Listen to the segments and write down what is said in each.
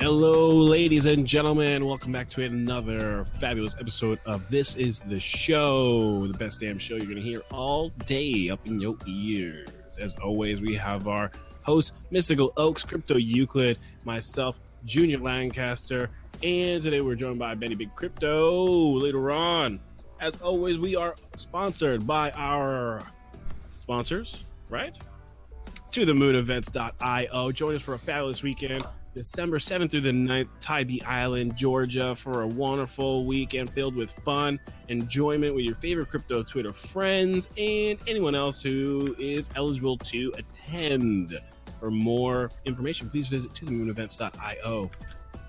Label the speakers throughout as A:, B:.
A: Hello, ladies and gentlemen. Welcome back to another fabulous episode of This Is the Show, the best damn show you're going to hear all day up in your ears. As always, we have our host, Mystical Oaks, Crypto Euclid, myself, Junior Lancaster, and today we're joined by Benny Big Crypto later on. As always, we are sponsored by our sponsors, right? To the moon events.io. Join us for a fabulous weekend. December 7th through the 9th, Tybee Island, Georgia, for a wonderful weekend filled with fun, enjoyment with your favorite crypto Twitter friends, and anyone else who is eligible to attend. For more information, please visit to the moon events.io.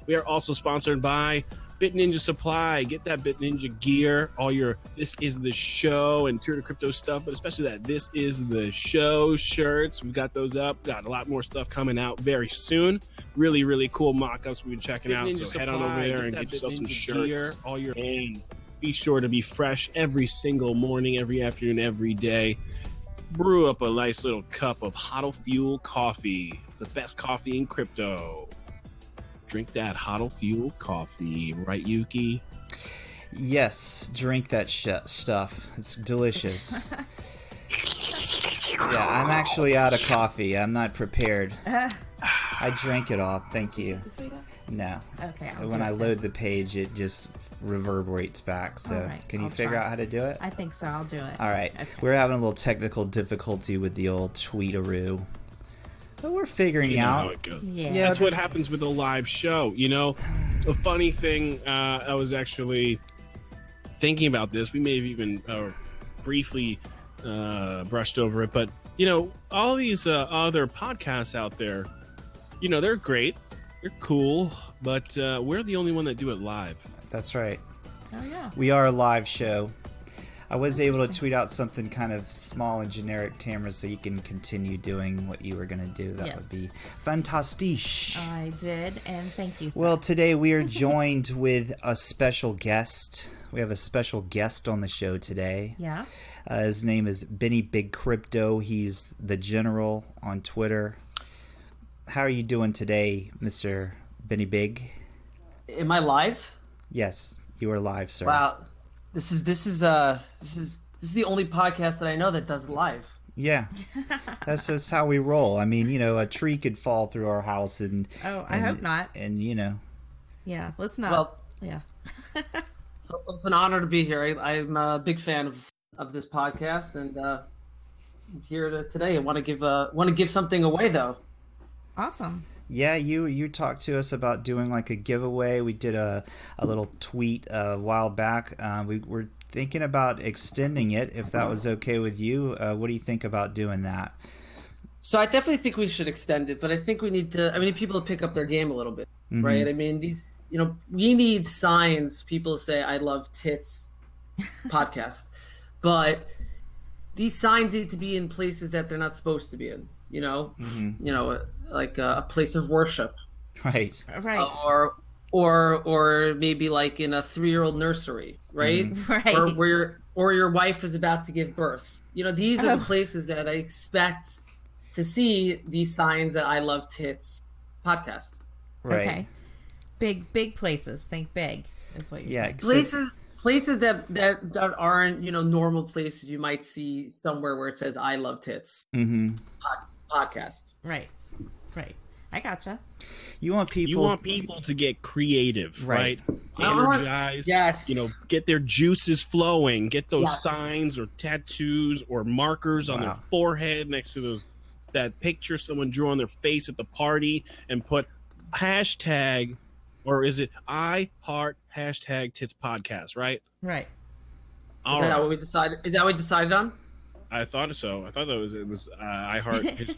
A: We are also sponsored by Bit Ninja Supply. Get that Bit Ninja gear, all your This Is the Show and Tour to Crypto stuff, but especially that This Is the Show shirts. We've got those up. Got a lot more stuff coming out very soon. Really, really cool mock ups we've been checking
B: Bit
A: out.
B: Ninja
A: so head on
B: Supply,
A: over there
B: get
A: and
B: that
A: get
B: Bit
A: yourself some
B: Ninja
A: shirts.
B: gear,
A: all your and be sure to be fresh every single morning, every afternoon, every day. Brew up a nice little cup of Hoddle Fuel coffee. It's the best coffee in crypto. Drink that Hoddle Fuel coffee, right, Yuki?
C: Yes, drink that sh- stuff. It's delicious. yeah, I'm actually out of coffee. I'm not prepared. I drank it all. Thank you.
D: This way, though?
C: No.
D: Oh, Okay. I'll
C: When
D: do
C: I
D: it then.
C: load the page, it just reverberates back. So,
D: Alright,
C: can you
D: I'll
C: figure
D: try.
C: out how to do it?
D: I think so. I'll do it.
C: All right.
D: Okay.
C: We're having a little technical difficulty with the old tweetaroo. But we're figuring
A: You know how
C: out.
A: it goes.
D: Yeah.
C: Yeah.
A: That's what
C: that's-
A: happens with a live show. You know, a funny thing, uh, I was actually thinking about this. We may have even uh, briefly uh, brushed over it, but, you know, all these uh, other podcasts out there, you know, they're great, they're cool, but uh, we're the only one that do it live.
C: That's right.
D: Oh yeah.
C: We are a live show. I was able to tweet out something kind of small and generic, Tamara, so you can continue doing what you were going to do. That
D: Yes. Uh,
C: would be fantastique.
D: I did, and thank you. Sir.
C: well, today we are joined with a special guest. We have a special guest on the show today.
D: yeah.
C: Uh, his name is Benny Big Crypto. He's the general on Twitter. How are you doing today, Mr. Benny Big?
B: Am I live?
C: Yes, you are live, sir.
B: Wow, this is this is uh this is this is the only podcast that I know that does live.
C: Yeah, that's just how we roll. I mean, you know, a tree could fall through our house, and
D: Oh, I
C: and-
D: hope not.
C: And you know,
D: Yeah. Let's not.
B: Well,
D: yeah.
B: it's an honor to be here. I, I'm a big fan of of this podcast, and uh, I'm here to, today. I want to give uh want to give something away though.
D: Awesome.
C: yeah, you you talked to us about doing like a giveaway. We did a a little tweet uh, a while back. Uh, we were thinking about extending it if that was okay with you. Uh, what do you think about doing that?
B: So I definitely think we should extend it, but I think we need to. I mean, people to pick up their game a little bit, right? I mean, these you know we need signs. People say I love tits podcast, but these signs need to be in places that they're not supposed to be in. You know, you know, like uh, a, a place of worship,
C: Right.
D: Right.
B: or or or maybe like in a three-year-old nursery, right?
D: Right.
B: Or where your or your wife is about to give birth. You know, these are the places that I expect to see these signs that I love tits podcast.
C: Right.
D: Okay. Big big places. Think big is what you're
C: Yeah.
D: saying.
C: so-
B: Places places that, that that aren't, you know, normal places you might see somewhere where it says I love tits
C: mhm.
B: podcast.
D: Right. Right. I gotcha.
C: You want people.
A: You want people to get creative, right?
C: Right.
B: I want-
A: Energized.
B: yes.
A: You know, get their juices flowing. Get those
B: Yes.
A: signs or tattoos or markers on their
C: Wow.
A: forehead next to those that picture someone drew on their face at the party and put hashtag or is it I heart hashtag tits podcast, right?
D: Right.
A: All
B: Is that
A: right.
B: what we decided is that what we decided on?
A: I thought so. I thought that was it was uh, I heart hashtag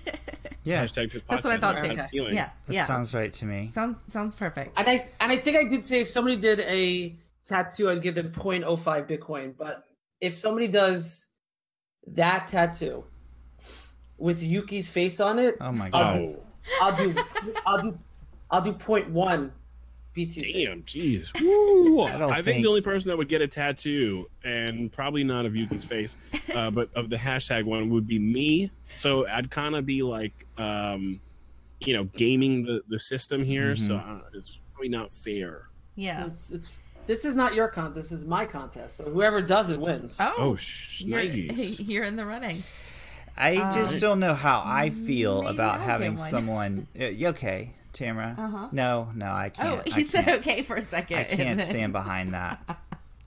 C: yeah.
A: tits podcast.
D: That's what I thought
A: That's
D: too.
A: what I'm feeling.
D: Yeah.
C: That
D: yeah.
C: sounds right to me.
D: sounds sounds perfect.
B: And I and I think I did say if somebody did a tattoo, I'd give them 0.05 Bitcoin. But if somebody does that tattoo with Yuki's face on it,
C: Oh my god.
A: Oh,
B: I'll do I'll do I'll do 0.1 BTC.
A: Damn, jeez. Woo! I,
C: don't
A: think,
C: think-
A: the only person that would get a tattoo, and probably not of Yuki's face, uh, but of the hashtag one, would be me. So I'd kind of be like, um, you know gaming the the system here. So uh, it's probably not fair.
D: Yeah.
B: It's, it's this is not your contest. This is my contest. So whoever does it wins.
D: Oh,
A: Oh, sh-
D: you're,
A: Nikes.
D: you're in the running.
C: I just don't know how I feel
D: Um, maybe
C: about
D: I'll
C: having
D: get one.
C: someone. Uh, you okay, Tamara?
D: Uh-huh.
C: No, no, I can't.
D: Oh,
C: I
D: he said
C: can't.
D: okay for a second.
C: I
D: and
C: can't
D: then-
C: stand behind that.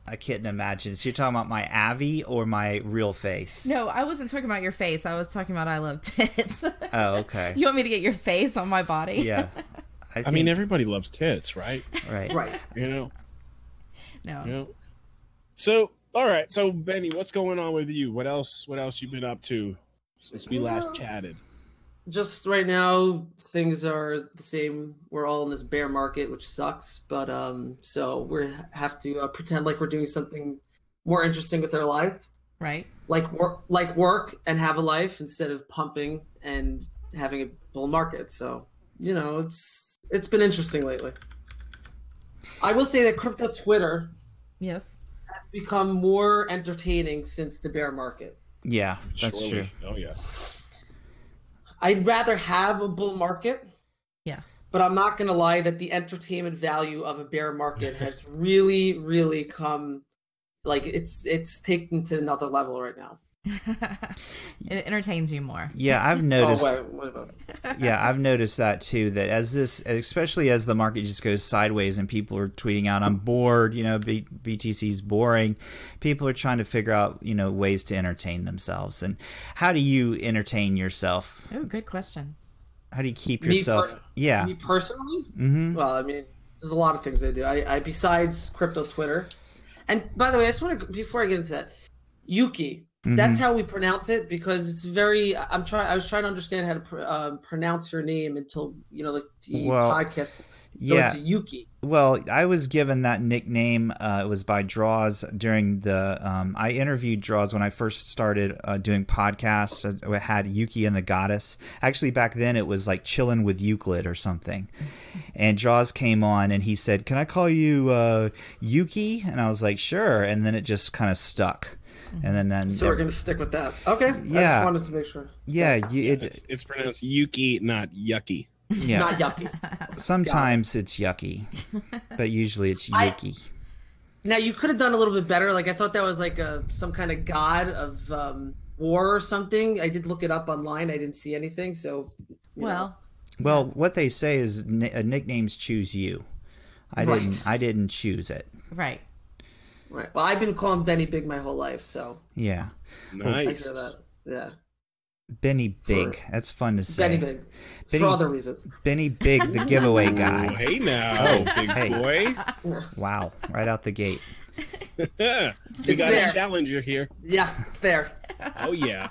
C: I couldn't imagine. So you're talking about my Avi or my real face?
D: No, I wasn't talking about your face. I was talking about I love tits.
C: Oh, okay.
D: you want me to get your face on my body?
C: yeah.
A: I mean, everybody loves tits, right?
C: think- right.
B: Right.
A: You know.
D: No.
A: You know. So all right. So Benny, what's going on with you? What else? What else you been up to since we last chatted?
B: Just right now, things are the same. We're all in this bear market, which sucks. But um, so we have to uh, pretend like we're doing something more interesting with our lives,
D: Right.
B: like work, like work, and have a life instead of pumping and having a bull market. So you know, it's it's been interesting lately. I will say that crypto Twitter
D: Yes.
B: has become more entertaining since the bear market.
C: Yeah, that's
A: Surely.
C: true.
A: Oh yeah.
B: I'd rather have a bull market,
D: Yeah.
B: but I'm not going to lie that the entertainment value of a bear market has really, really come like it's it's taken to another level right now.
D: It entertains you more.
C: Yeah, I've
B: Oh,
C: noticed.
B: wait, what about
C: yeah, I've noticed that too. That as this, especially as the market just goes sideways and people are tweeting out, "I'm bored," you know, B- BTC's boring. People are trying to figure out, you know, ways to entertain themselves. And how do you entertain yourself?
D: Oh, good question.
C: How do you keep
B: Me
C: yourself?
B: per-
C: yeah,
B: me personally?
C: hmm
B: Well, I mean, there's a lot of things I do. I, I besides crypto Twitter, and by the way, I just want to before I get into that, Yuki.
C: Mm-hmm.
B: That's how we pronounce it because it's very. I'm trying. I was trying to understand how to pr- um, pronounce your name until you know like the
C: Well,
B: podcast. So
C: yeah.
B: it's Yuki.
C: Well, I was given that nickname. Uh, it was by Draws during the. Um, I interviewed Draws when I first started uh, doing podcasts. I had Yuki and the Goddess. Actually, back then it was like chilling with Euclid or something. And Draws came on and he said, "Can I call you uh, Yuki?" And I was like, "Sure." And then it just kind of stuck. And then, then
B: So we're gonna stick with that. Okay. I
C: Yeah.
B: just wanted to make sure.
C: yeah, you,
A: It's,
C: it,
A: it's pronounced Yuki, not Yucky.
C: yeah.
B: Not yucky.
C: Sometimes it's yucky, but usually it's
B: I-
C: Yuki.
B: now you could have done a little bit better. Like I thought that was like a some kind of god of um, war or something. I did look it up online. I didn't see anything. So you know.
D: Well,
C: Well, what they say is ni- uh, nicknames choose you. I
B: Right.
C: didn't. I didn't choose it.
D: right.
B: Right. Well, I've been calling Benny Big my whole life, so
C: Yeah,
B: Oh, I hear
A: Nice.
B: that. Yeah,
C: Benny Big. That's fun to say.
B: Benny Big
C: Benny-
B: for other reasons.
C: Benny Big, the giveaway
A: Oh,
C: guy.
A: hey now, big
C: hey.
A: boy.
C: Wow, right out the gate.
A: we got
B: there.
A: a challenger here.
B: Yeah, it's there.
A: Oh yeah.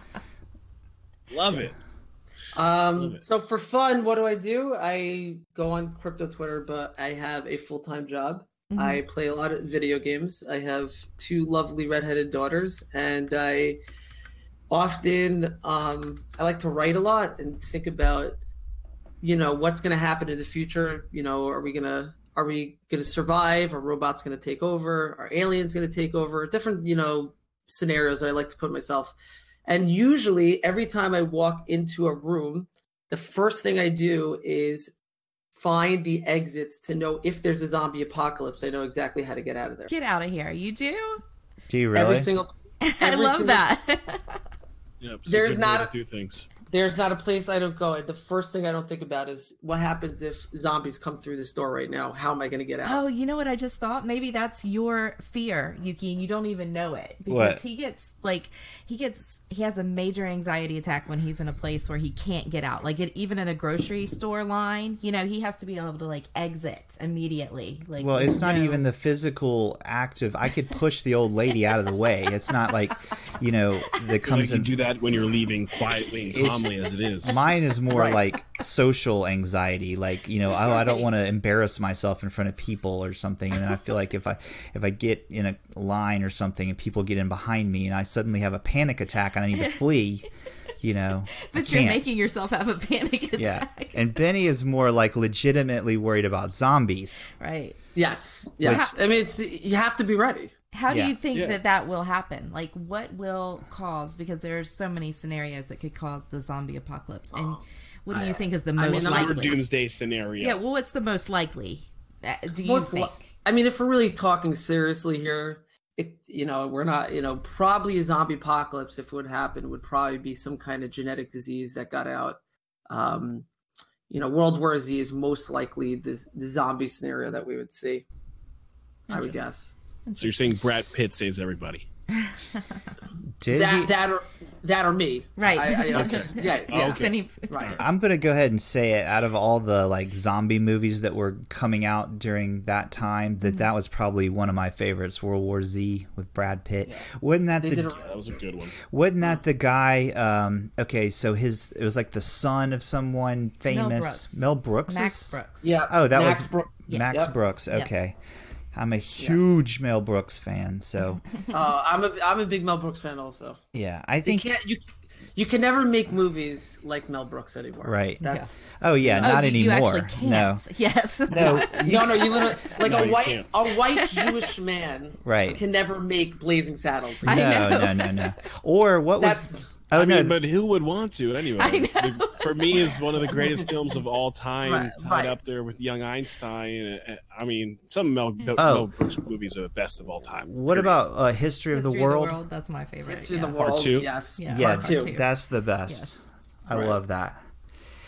A: Love it.
B: Um, so for fun, what do I do? I go on crypto Twitter, but I have a full time job. I play a lot of video games. I have two lovely redheaded daughters, and I often um, I like to write a lot and think about, you know, what's going to happen in the future. You know, are we gonna are we gonna survive? Are robots going to take over? Are aliens going to take over? Different, you know, scenarios that I like to put myself. And usually, every time I walk into a room, the first thing I do is find the exits to know if there's a zombie apocalypse. I know exactly how to get out of there.
D: Get out of here. You do?
C: Do you really?
B: Every single.
D: I
B: every
D: love
B: single-
D: that.
A: Yep, it's
B: There's
A: good
B: not
A: way
B: a-
A: to do things.
B: There's not a place I don't go. And the first thing I don't think about is what happens if zombies come through this door right now. How am I going to get out?
D: Oh, you know what I just thought? Maybe that's your fear, Yuki, and you don't even know it because
C: What?
D: he gets like he gets he has a major anxiety attack when he's in a place where he can't get out. Like it, even in a grocery store line, you know, he has to be able to like exit immediately. Like
C: well, it's not
D: no.
C: even the physical act of I could push the old lady out of the way. It's not like, you know, that
A: Like
C: comes
A: you
C: in.
A: do that when you're leaving quietly and
C: It's-
A: calmly as it is.
C: Mine is more
B: Right.
C: like social anxiety, like you know, oh, I don't want to embarrass myself in front of people or something, and I feel like if I if I get in a line or something and people get in behind me and I suddenly have a panic attack and I need to flee, you know, I
D: But you're
C: can't.
D: making yourself have a panic attack.
C: yeah. And Benny is more like legitimately worried about zombies.
D: Right.
B: Yes, yes. I mean, it's you have to be ready.
D: How do
C: Yeah.
D: you think
A: Yeah.
D: that that will happen? Like, what will cause? Because there are so many scenarios that could cause the zombie apocalypse. And what do you think is the
B: mean,
D: most
B: I'm
A: Cyber
D: likely?
A: doomsday scenario.
D: Yeah. Well, what's the most likely? Uh, Do you
B: Most li-
D: think?
B: I mean, if we're really talking seriously here, it you know we're not you know probably a zombie apocalypse if it would happen would probably be some kind of genetic disease that got out. Um, you know, World War Z is most likely the the zombie scenario that we would see. I would
D: Interesting.
B: guess
A: So you're saying Brad Pitt saves everybody?
C: Did
B: that
C: he-
B: that or that or me.
D: Right.
B: I, I, you know,
A: Okay.
B: Yeah.
A: Oh,
B: yeah.
A: okay.
D: Then he-
B: Right.
C: I'm gonna go ahead and say it. Out of all the like zombie movies that were coming out during that time,
D: Mm-hmm.
C: that that was probably one of my favorites. World War Z with Brad Pitt. Wasn't that
B: They
C: the
B: did a,
A: That was a good one.
C: Wasn't
D: Mm.
C: that the guy? Um, okay, so his it was like the son of someone famous,
D: Brooks.
C: Mel Brooks.
D: Max Brooks.
B: yeah.
C: Oh, that
B: Max
C: was
B: Bro-
C: Max
B: Yep.
C: Brooks.
D: Yes.
C: Okay, I'm a huge Mel Brooks fan. So
B: uh, I'm a I'm a big Mel Brooks fan also.
C: yeah, I
B: You
C: think
B: can't you you can never make movies like Mel Brooks anymore.
C: Right.
B: That's
C: Oh yeah,
D: Oh,
C: not
D: you, you
C: anymore.
D: actually can't. Yes.
C: No, no, you-
B: no, no. You literally like
A: No,
B: a
A: you
B: white
A: can't.
B: a white Jewish man
C: Right.
B: can never make Blazing Saddles.
D: I
C: no, no,
D: know.
C: no, no. Or what was?
B: That's-
C: Oh
A: I
C: no,
A: mean, but who would want to anyway?
D: I know.
A: The- For me, it's one of the greatest films of all time,
B: Right,
A: tied
B: right.
A: up there with Young Einstein. Uh, I mean, some Mel, Mel
C: Oh.
A: Brooks movies are the best of all time.
C: what
A: period.
C: about uh, History of the
D: History
C: World?
D: That's my favorite.
B: History of
D: yeah.
B: the
A: Part
B: world.
A: two?
B: Yes.
D: Yeah.
C: Yeah,
B: Part two.
D: Part two.
C: that's the best.
D: Yes.
C: I
A: Right.
C: love that.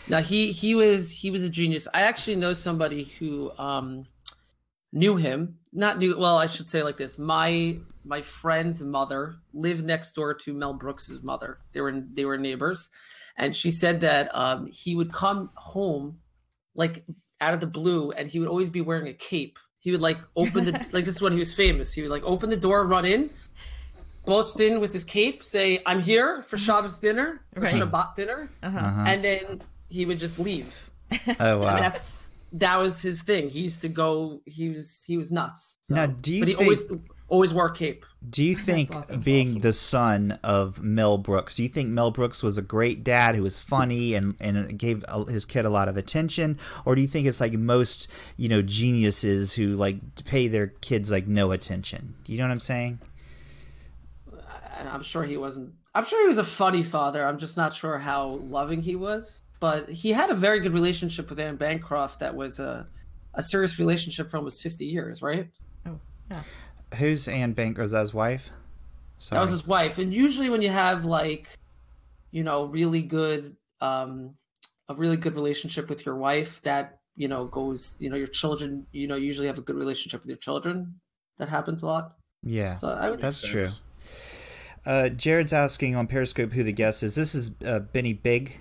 B: Now he he was he was a genius. I actually know somebody who um knew him. Not knew well, I should say like this. My my friend's mother lived next door to Mel Brooks's mother. They were they were neighbors. And she said that um he would come home like out of the blue and he would always be wearing a cape. He would like open the like this is when he was famous. He would like open the door, run in, bulged in with his cape, say, I'm here for Shabbos dinner, for
D: Right.
B: Shabbat dinner
C: Uh-huh.
B: and then he would just leave.
C: Oh
B: And
C: wow.
B: that's that was his thing. He used to go. He was he was nuts. So-
C: Now, do you
B: but he
C: think-
B: always always wore a cape.
C: Do you think
D: awesome.
C: being the son of Mel Brooks, do you think Mel Brooks was a great dad who was funny and and gave a- his kid a lot of attention, or do you think it's like most you know geniuses who like pay their kids like no attention? You know what I'm saying?
B: And I'm sure he wasn't. I'm sure he was a funny father. I'm just not sure how loving he was. But he had a very good relationship with Anne Bancroft. That was a a serious relationship for almost 50 years, right?
D: Oh, yeah.
C: Who's Anne Bancroft's his wife? Sorry.
B: That was his wife. And usually when you have like, you know, really good um a really good relationship with your wife that, you know, goes, you know, your children, you know, usually have a good relationship with your children. That happens a lot.
C: yeah.
B: So I would
C: That's
A: Makes
C: true.
A: sense.
C: Uh, Jared's asking on Periscope who the guest is. This is uh, Benny Big,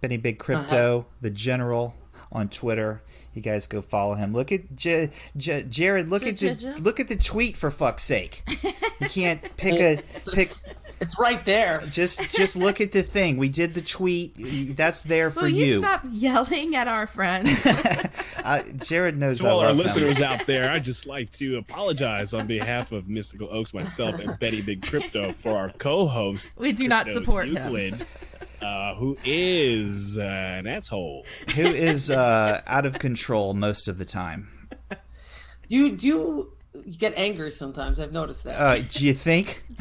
C: Benny Big
D: Uh-huh.
C: Crypto, the General on Twitter. You guys go follow him. Look at J- J- Jared. Look at the
D: J-J-J?
C: look at the tweet for fuck's sake. You can't pick a
B: it's,
C: pick.
B: it's, it's right there.
C: Just just look at the thing. We did the tweet. That's there for
D: Will you,
C: you.
D: stop yelling at our friends?
C: Uh, Jared knows
A: To
C: I
A: all our
C: love him.
A: listeners out there, I'd just like to apologize on behalf of Mystical Oaks, myself, and Betty Big Crypto for our co-host.
D: we do not
A: Christo
D: support him.
A: Euclid, Uh, who is uh, an asshole?
C: Who is uh, out of control most of the time?
B: You do you get angry sometimes. I've noticed that.
C: Uh, do you think?
A: You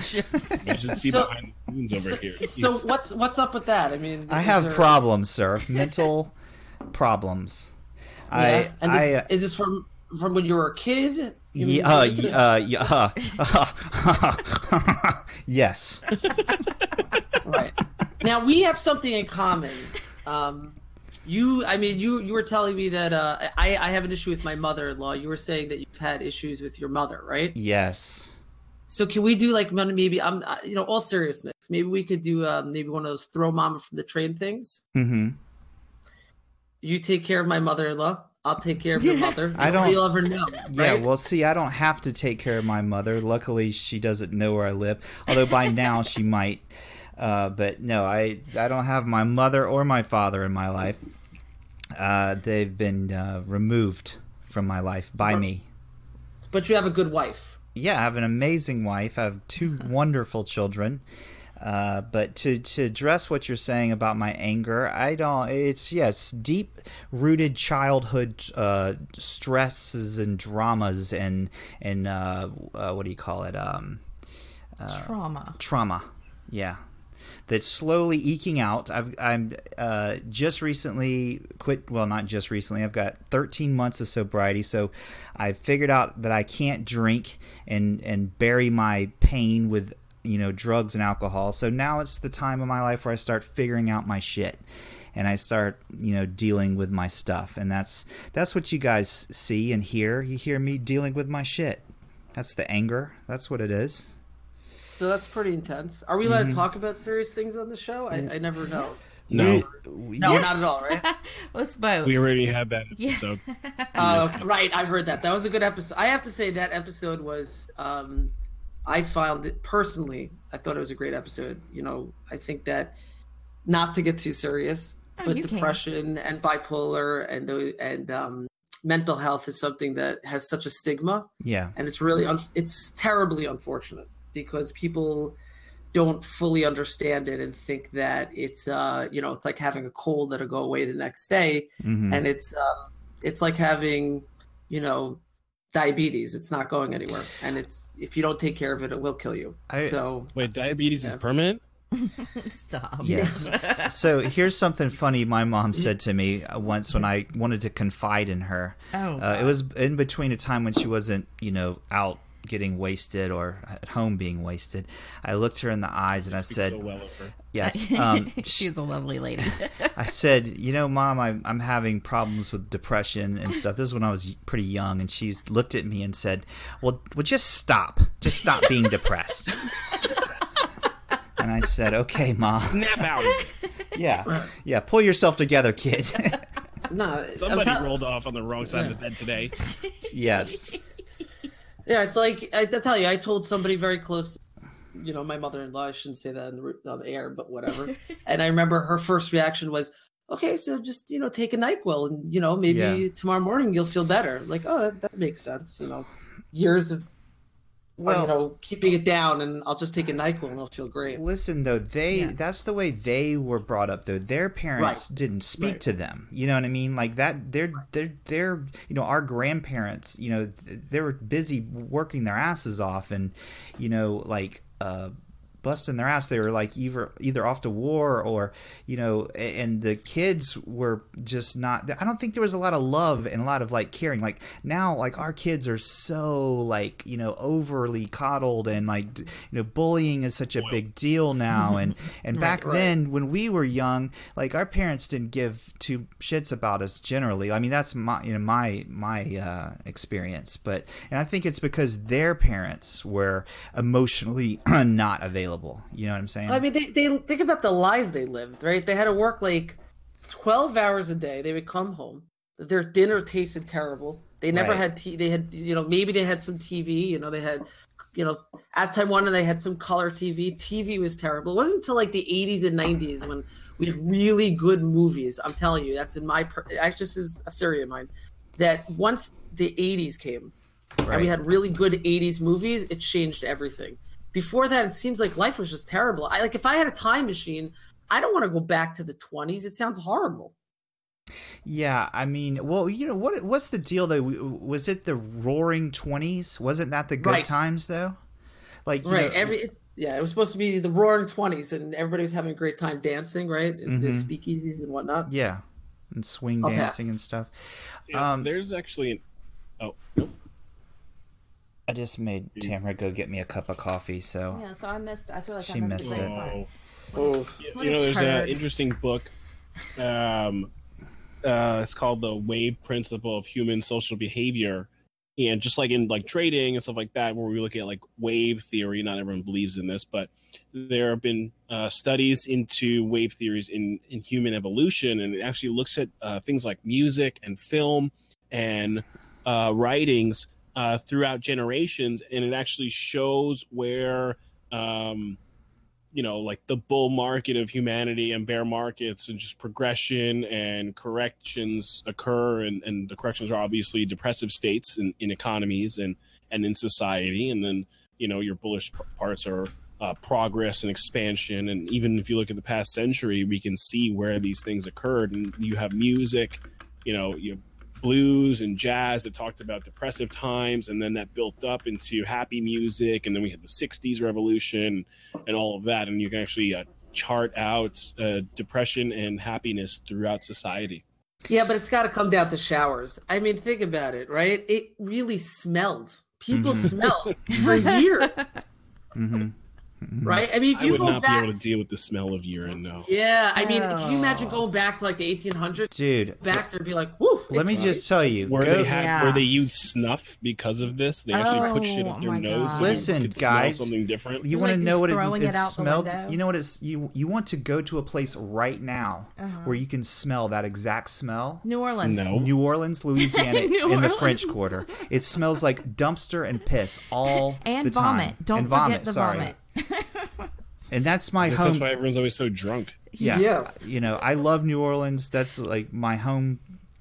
A: should see
B: So-
A: behind the scenes over here.
B: so
A: He's-
B: what's what's up with that? I mean,
C: I
B: is
C: have
B: there-
C: problems, sir. Mental problems.
B: Yeah?
C: I,
B: and this,
C: I,
B: is this from from when you were a kid? You mean-
C: yeah, uh, y- uh, y- uh, uh, yes.
B: right now we have something in common um you i mean you you were telling me that uh i i have an issue with my mother-in-law you were saying that you've had issues with your mother right
C: Yes.
B: so can we do like maybe i'm uh, you know all seriousness maybe we could do uh, maybe one of those throw mama from the train things
C: Mm-hmm.
B: you take care of my mother-in-law i'll take care of your mother
C: I don't-
B: you'll ever know
C: Yeah,
B: right?
C: well, see, I don't have to take care of my mother. Luckily, she doesn't know where I live. Although by now she might. Uh, but no, I I don't have my mother or my father in my life. Uh, they've been uh, removed from my life by me.
B: but you have a good wife
C: yeah, I have an amazing wife. I have two wonderful children. Uh, but to, to address what you're saying about my anger, I don't. It's yes, deep rooted childhood uh, stresses and dramas and and uh, uh, what do you call it? Um,
D: Trauma.
C: trauma. Yeah. That's slowly eking out. I've I'm uh, just recently quit. Well, not just recently. I've got 13 months of sobriety, so I figured out that I can't drink and and bury my pain with you know drugs and alcohol. So now it's the time of my life where I start figuring out my shit, and I start you know dealing with my stuff. And that's that's what you guys see and hear. You hear me dealing with my shit. That's the anger. That's what it is.
B: So that's pretty intense. Are we allowed
C: Mm-hmm.
B: to talk about serious things on the show? I, I never know.
A: No,
B: No, not at all, right?
D: Let's vote.
A: we already had that
D: Yeah. Oh,
A: episode.
B: Uh, right, I heard that. That was a good episode. I have to say that episode was. Um, I found it personally. I thought it was a great episode. You know, I think that not to get too serious,
D: Oh,
B: but
D: you can.
B: depression and bipolar and tho- and um, mental health is something that has such a stigma,
C: Yeah.
B: and it's really un- it's terribly unfortunate because people don't fully understand it and think that it's uh you know it's like having a cold that'll go away the next day
C: Mm-hmm.
B: and it's um, it's like having you know diabetes it's not going anywhere and it's if you don't take care of it it will kill you
C: I-
B: so
A: Wait, diabetes is
B: Yeah.
A: permanent?
D: Stop.
C: Yes. so here's something funny my mom said to me uh, once when I wanted to confide in her.
D: Oh,
C: Uh, it was in between a time when she wasn't, you know, out getting wasted or at home being wasted. I looked her in the eyes and I
A: Speaks
C: said,
A: so well of her.
C: "Yes." Um,
D: She's a lovely lady.
C: I said, you know, mom, I'm, I'm having problems with depression and stuff. This is when I was pretty young, and she looked at me and said, well, well just stop. Just stop being depressed. and I said, okay, mom.
A: Snap out!
C: Yeah. Yeah. Pull yourself together, kid.
B: no
A: Somebody
B: I'm tell-
A: rolled off on the wrong side of the bed today.
C: yes.
B: yeah it's like I, I tell you i told somebody very close you know my mother-in-law i shouldn't say that on the, r- on the air but whatever and i remember her first reaction was okay so just you know take a nyquil and you know maybe
C: Yeah.
B: tomorrow morning you'll feel better like oh that, that makes sense you know years of you
C: Well,
B: know keeping it down and i'll just take a nyquil and i'll feel great
C: listen though, they
D: Yeah.
C: that's the way they were brought up though. Their parents didn't speak
B: Right.
C: to them. You know what I mean? Like that they're they're they're you know, our grandparents, you know, th- they were busy working their asses off and you know, like uh busting their ass they were like either either off to war or you know a- and the kids were just not i don't think there was a lot of love and a lot of like caring like now like our kids are so like you know overly coddled and like d- you know bullying is such a big deal now and and back
B: right.
C: then when we were young like our parents didn't give two shits about us generally i mean that's my you know my my uh experience but and i think it's because their parents were emotionally not available you know what i'm saying
B: I mean, they, they think about the lives they lived, right? They had to work like 12 hours a day. They would come home. Their dinner tasted terrible. They never
C: Right.
B: had t- they had you know maybe they had some TV, you know, they had you know, at time one they had some color TV. TV was terrible. It wasn't until like the 80s and 90s when we had really good movies. I'm telling you, that's in my per- that just is a theory of mine that once the 80s came, and we
C: Right.
B: had really good 80s movies it changed everything before that it seems like life was just terrible i like if i had a time machine i don't want to go back to the 20s it sounds horrible
C: yeah i mean well you know what what's the deal though was it the roaring 20s wasn't that the good
B: Right.
C: times though like you
B: right
C: know-
B: every it, yeah it was supposed to be the roaring 20s and everybody was having a great time dancing right
A: Mm-hmm.
B: the
C: Mhm.
B: speakeasies and whatnot
C: yeah and swing
B: I'll pass.
C: dancing and stuff
A: Yeah,
C: Um,
A: there's actually an. Oh, nope.
C: i just made tamara go get me a cup of coffee so
D: yeah, so I missed. I feel like
C: She
D: I missed,
C: missed
D: a great
C: it.
D: part.
A: Oh.
B: oh
A: You,
D: What
A: you
D: a
A: know, there's an
D: turd.
A: interesting book. Um, uh, it's called the Wave Principle of Human Social Behavior, and just like in like trading and stuff like that, where we look at like wave theory. Not everyone believes in this, but there have been uh, studies into wave theories in in human evolution, and it actually looks at uh, things like music and film and uh, writings uh, throughout generations, and it actually shows where. Um, you know like the bull market of humanity and bear markets and just progression and corrections occur and, and the corrections are obviously depressive states in, in economies and and in society and then you know your bullish p- parts are uh, progress and expansion. And even if you look at the past century, we can see where these things occurred. And you have music, you know, you have blues and jazz that talked about depressive times, and then that built up into happy music. And then we had the '60s revolution and all of that. And you can actually uh, chart out uh, depression and happiness throughout society.
B: Yeah, but it's got to come down to showers. I mean, think about it, right? It really smelled. People
A: Mm-hmm.
B: smelled for years,
C: hmm
B: right? I mean, if
A: I
B: you
A: would
B: go
A: not
B: back,
A: be able to deal with the smell of urine, no.
B: yeah. I mean, can you imagine
D: Oh.
B: going back to like the 1800s?
C: Dude,
B: Back there'd be like, whoo.
C: let me
B: it's-
C: just tell you.
A: Where
C: go-
A: they had,
D: Yeah.
A: where they used snuff because of this, they actually put shit
D: Oh,
A: up their
D: my
A: nose.
D: God.
A: So
C: Listen,
A: they could
C: guys.
A: smell something different.
C: you
D: You're,
C: want to
D: like,
C: know
D: just
C: what it,
D: throwing
C: it
D: it out the
C: smelled?
D: window.
C: You know what it's you you want to go to a place right now
D: Uh-huh.
C: where you can smell that exact smell.
D: New Orleans.
A: No.
C: New Orleans, Louisiana,
D: New
C: in the French
D: Orleans.
C: Quarter. It smells like dumpster and piss all
D: And
C: the time.
D: vomit. Don't
C: and
D: forget
C: vomit,
D: the
C: sorry.
D: vomit.
C: And that's my
A: That's,
C: home.
A: that's why everyone's always so drunk.
C: yeah,
B: Yes.
C: you know, I love New Orleans. That's like my home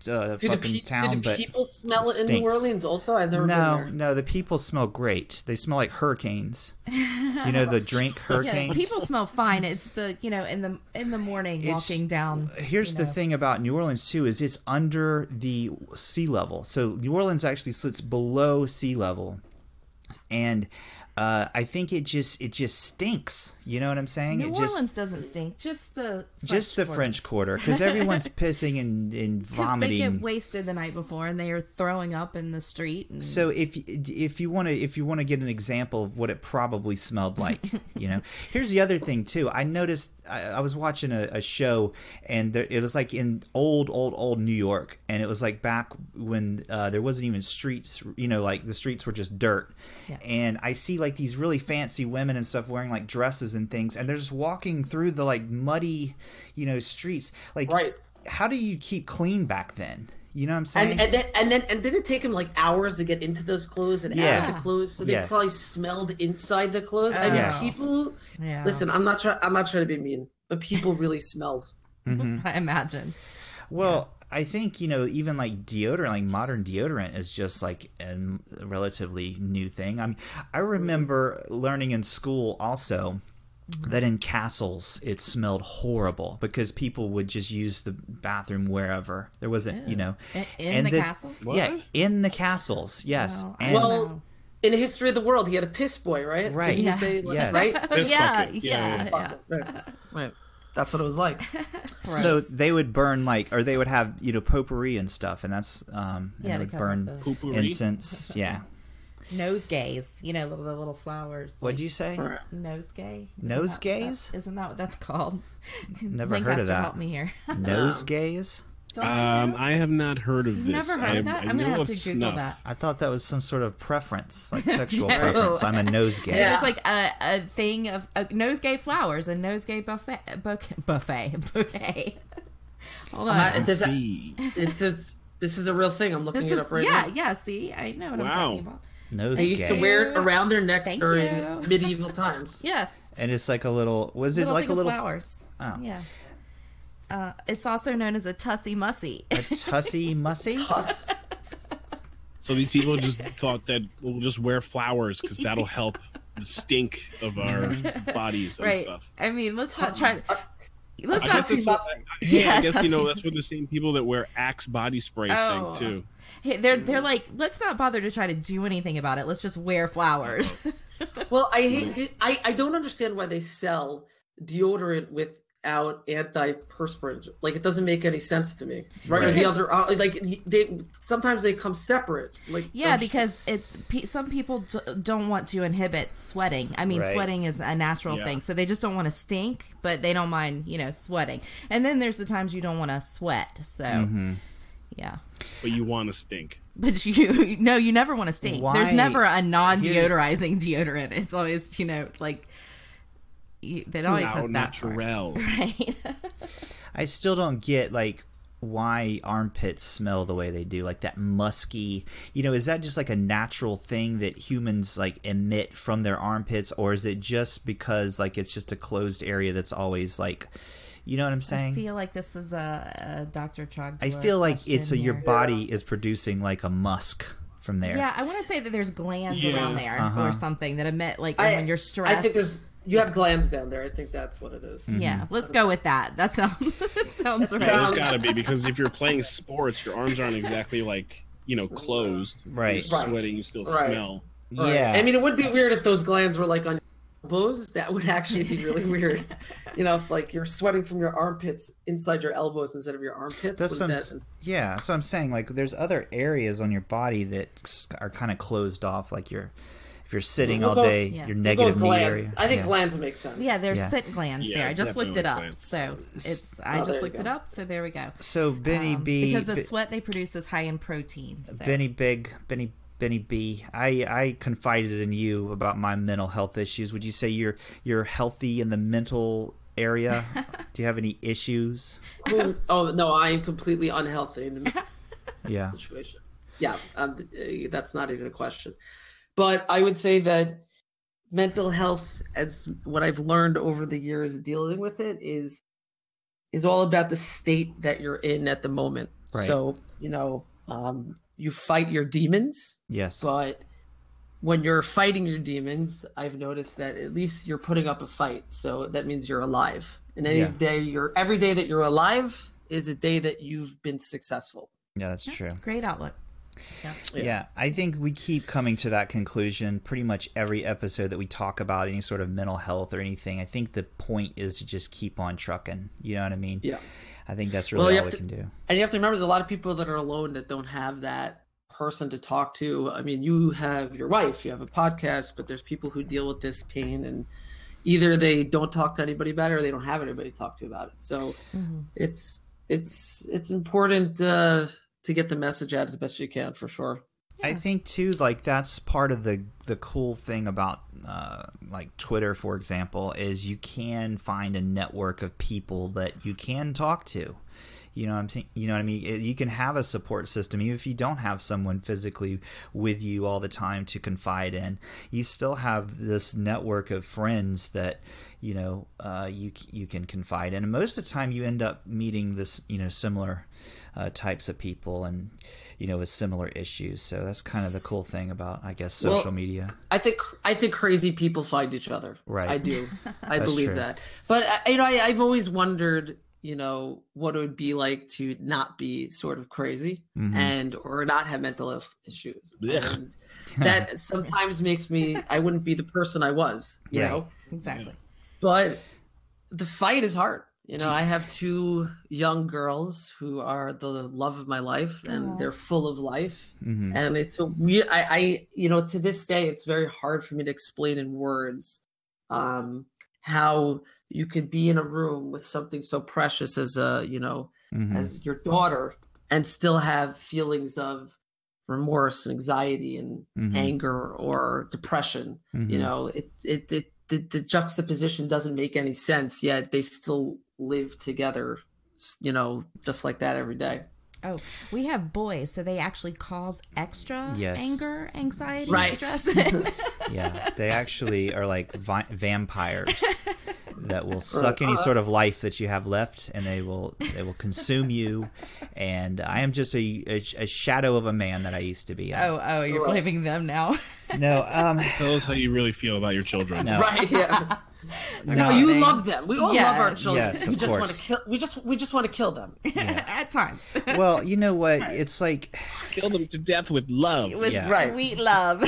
C: uh,
B: Do the,
C: fucking
B: pe- do
C: town.
B: the
C: but
B: people smell it in New
C: stinks.
B: Orleans also? I've never
C: no,
B: been there.
C: no, the people smell great. They smell like hurricanes. You know, the drink
D: Yeah,
C: hurricanes.
D: people smell fine. It's the you know in the in the morning
C: It's-
D: walking down.
C: Here's
D: you
C: the
D: know.
C: thing about New Orleans too is it's under the sea level. So New Orleans actually sits below sea level. And uh, I think it just it just stinks. You know what I'm saying?
D: New
C: it just
D: Orleans doesn't stink. Just the French
C: just the
D: Quarter.
C: French Quarter because everyone's pissing and, and
D: 'Cause they
C: vomiting.
D: get wasted the night before and they are throwing up in the street. And
C: So if if you want to if you want to get an example of what it probably smelled like, you know, here's the other thing too. I noticed I, I was watching a, a show and there, it was like in old old old New York, and it was like back when uh, there wasn't even streets. You know, like the streets were just dirt.
D: Yeah.
C: And I see like these really fancy women and stuff wearing like dresses and things, and they're just walking through the like muddy, you know, streets. Like,
B: Right.
C: how do you keep clean back then? You know what I'm saying?
B: And, and then and then and did it take him like hours to get into those clothes and out
C: Yeah.
B: of the clothes? So they
C: Yes.
B: probably smelled inside the clothes. I mean,
C: Yes.
B: people.
D: yeah,
B: Listen, I'm not trying. I'm not trying to be mean, but people really smelled.
D: I imagine.
C: Well, I think you know, even like deodorant, like modern deodorant, is just like an- a relatively new thing. I mean, I remember learning in school also
D: Mm-hmm.
C: that in castles it smelled horrible because people would just use the bathroom wherever there wasn't, you know,
D: In- in
C: And
D: the castle?
C: Yeah,
A: What?
C: in the castles. Yes,
D: Well, I
C: and
D: don't
B: Well,
D: know.
B: in the history of the world, he had a piss boy, right? Didn't
C: Right.
B: he
C: Yeah.
B: say, like,
C: Yes.
B: Right?
A: Piss
D: Oh, yeah,
A: bucket.
D: yeah, yeah,
B: right. Right. That's what it was like.
C: so
D: Gross.
C: they would burn like, or they would have you know potpourri and stuff, and that's um, and
D: Yeah,
C: they
D: to
C: would
D: cover
C: burn
D: up the-
A: Potpourri?
C: incense. Yeah,
D: nosegays. You know, little, the little flowers.
C: what'd you say?
D: like nosegay? Isn't that-
C: Nosegays?
D: that- Isn't that what that's called?
C: Never heard of
D: Lancaster,
C: that.
D: Help me here. Um,
C: Nosegays.
D: Don't you
A: Um,
D: know?
A: I have not heard of
D: Never
A: this.
D: heard of
A: I, I
D: that? I'm gonna
A: know
D: have
A: of
D: to Google
A: snuff.
D: that.
C: I thought that was some sort of preference, like sexual
D: No.
C: preference. I'm a nosegay.
D: It was like a, a thing of a nosegay flowers, a nosegay buffet, bouquet, buffet, bouquet. Hold on.
B: Uh, does that-
A: Gee.
B: it's just- this is a real thing. I'm looking
D: this
B: it
D: is
B: up right
D: yeah,
B: now.
D: yeah. See, I know what I'm
A: Wow.
D: talking about.
B: They used to
C: Nosegay.
B: wear it around their necks
D: Thank
B: during
D: you.
B: medieval times.
D: Yes,
C: And it's like a little. Was it
D: little
C: like
D: thing
C: a
D: of
C: little
D: flowers.
C: Oh.
D: Yeah. Uh, it's also known as a tussy mussy.
C: tussy mussy?
B: Us.
A: So these people just thought that we'll just wear flowers because that'll help the stink of our bodies and
D: right.
A: stuff.
D: I mean, let's not try. To, let's
A: I
D: not.
A: guess,
B: Tussy
A: that's what,
B: Mussy.
A: yeah, I
D: Yeah,
A: guess you know
D: Tussy
A: that's what the same people that wear Axe body spray
D: Oh.
A: thing too.
D: Hey, they're they're
A: Mm.
D: like, let's not bother to try to do anything about it. Let's just wear
A: Uh-huh.
D: flowers.
B: Well, I hate. I I don't understand why they sell deodorant without antiperspirant. Like it doesn't make any sense to me. Right? Or the
D: Because-
B: other uh, like they sometimes they come separate. Like
D: yeah,
B: those-
D: because it pe- some people d- don't want to inhibit sweating. I mean,
C: Right.
D: sweating is a natural
A: Yeah.
D: thing, so they just don't want to stink, but they don't mind, you know, sweating. And then there's the times you don't want to sweat. So,
C: Mm-hmm.
D: yeah.
A: But you want to stink.
D: But you no, you never want to stink.
C: Why?
D: There's never a non-deodorizing deodorant. It's always you know like you, that always
A: Now
D: has that. part.
A: naturel.
D: Right.
C: I still don't get like why armpits smell the way they do, like that musky. You know, is that just like a natural thing that humans like emit from their armpits, or is it just because like it's just a closed area that's always like, you know what I'm
D: I
C: saying?
D: feel like this is a, a Dr. Chog.
C: I feel like it's a, your body is producing like a musk from there. uh-huh.
D: Yeah, I want to say that there's glands
A: Yeah.
D: around there or something that emit like
B: I-
D: when you're
B: I
D: stressed.
B: think there's You have glands down there. I think that's what it is.
D: Yeah,
C: Mm-hmm.
D: let's go with that. That sounds that sounds
B: That's
D: right.
A: Yeah, there's
B: Um,
A: got to be because if you're playing sports, your arms aren't exactly like you know closed.
C: Right.
A: You're sweating, you still
B: Right.
A: smell.
B: Right.
C: Yeah.
B: I mean, it would be weird if those glands were like on your elbows. That would actually be really weird. You know, if like you're sweating from your armpits inside your elbows instead of your armpits.
C: That's what I'm,
B: wouldn't
C: s-
B: that-
C: yeah, so I'm saying like there's other areas on your body that s- are kind of closed off. Like you're, if you're sitting
B: We'll
C: all
B: go-
C: day,
D: yeah.
C: your
B: We'll go with
C: negative knee
B: glands.
C: area.
B: I think
C: yeah.
B: glands make sense.
D: Yeah, there's
C: Yeah.
D: scent glands
A: Yeah,
D: there. I just looked it
A: definitely
D: up,
A: glands.
D: so it's I
B: Oh, there
D: just
B: you
D: looked it
B: go.
D: up. So there we go.
C: So Benny
D: Um,
C: B,
D: because the
C: B-
D: sweat they produce is high in protein. So.
C: Benny Big, Benny Benny B, I I confided in you about my mental health issues. Would you say you're you're healthy in the mental area? Do you have any issues?
B: Who- oh no, I am completely unhealthy in the
C: Yeah.
B: situation. Yeah, um, uh, that's not even a question. But I would say that mental health, as what I've learned over the years dealing with it, is is all about the state that you're in at the moment.
C: Right.
B: So you know, um, you fight your demons,
C: Yes.
B: but when you're fighting your demons, I've noticed that at least you're putting up a fight. So that means you're alive. And any
C: Yeah.
B: day you're every day that you're alive is a day that you've been successful.
C: yeah, that's true.
D: Great outlook.
C: Yeah. I think we keep coming to that conclusion pretty much every episode that we talk about any sort of mental health or anything. I think the point is to just keep on trucking. You know what I mean?
B: Yeah.
C: I think that's
B: Well,
C: really
B: you
C: all we
B: have
C: can do.
B: and you have to remember there's a lot of people that are alone that don't have that person to talk to i mean you have your wife you have a podcast but there's people who deal with this pain and either they don't talk to anybody about it or they don't have anybody to talk to about it so
D: Mm-hmm,
B: it's it's it's important uh, to get the message out as best you can for sure
C: I think too, like that's part of the the cool thing about uh, like Twitter, for example, is you can find a network of people that you can talk to. You know, what I'm saying. You know what I mean. It- You can have a support system, even if you don't have someone physically with you all the time to confide in. You still have this network of friends that you know uh, you c- you can confide in. And most of the time, you end up meeting this you know similar uh, types of people and you know with similar issues. So that's kind of the cool thing about I guess social
B: Well,
C: media.
B: I think I think crazy people find each other.
C: Right.
B: I do. I
C: That's
B: believe
C: true.
B: that. But I- you know, I, I've always wondered, you know, what it would be like to not be sort of crazy
C: Mhm.
B: and or not have mental health issues.
A: Blech.
B: And that sometimes makes me I wouldn't be the person I was. You
C: Yeah.
B: know,
D: Exactly.
B: but the fight is hard. You know, I have two young girls who are the love of my life, and
D: Aw.
B: they're full of life
C: Mm-hmm.
B: and it's a we I, I you know to this day it's very hard for me to explain in words um how you could be in a room with something so precious as a you know
C: hmm
B: as your daughter and still have feelings of remorse and anxiety and
C: Mhm.
B: anger or depression you
C: Mhm.
B: know it it, it the, the juxtaposition doesn't make any sense yet they still live together s- you know just like that every day
D: Oh, we have boys, so they actually cause extra
C: Yes.
D: anger, anxiety,
B: Right.
D: stress.
C: Yeah, they actually are like vi- vampires that will suck any
B: Uh-huh.
C: sort of life that you have left, and they will they will consume you. And I am just a, a, a shadow of a man that I used to be.
D: oh, oh, you're
B: Right.
D: blaming them now.
C: No, um,
A: Tell us how you really feel about your children.
C: no,
B: right yeah
C: no.
B: No, you
D: thing.
B: love them. We all love our
D: Yes.
B: children.
C: Yes,
B: we
C: of
B: just want
C: course.
B: to kill. We just we just want to kill them.
D: At times,
C: Well, you know what? It's like
A: Kill them to death with love.
D: with
C: Yeah.
B: Right.
D: sweet love.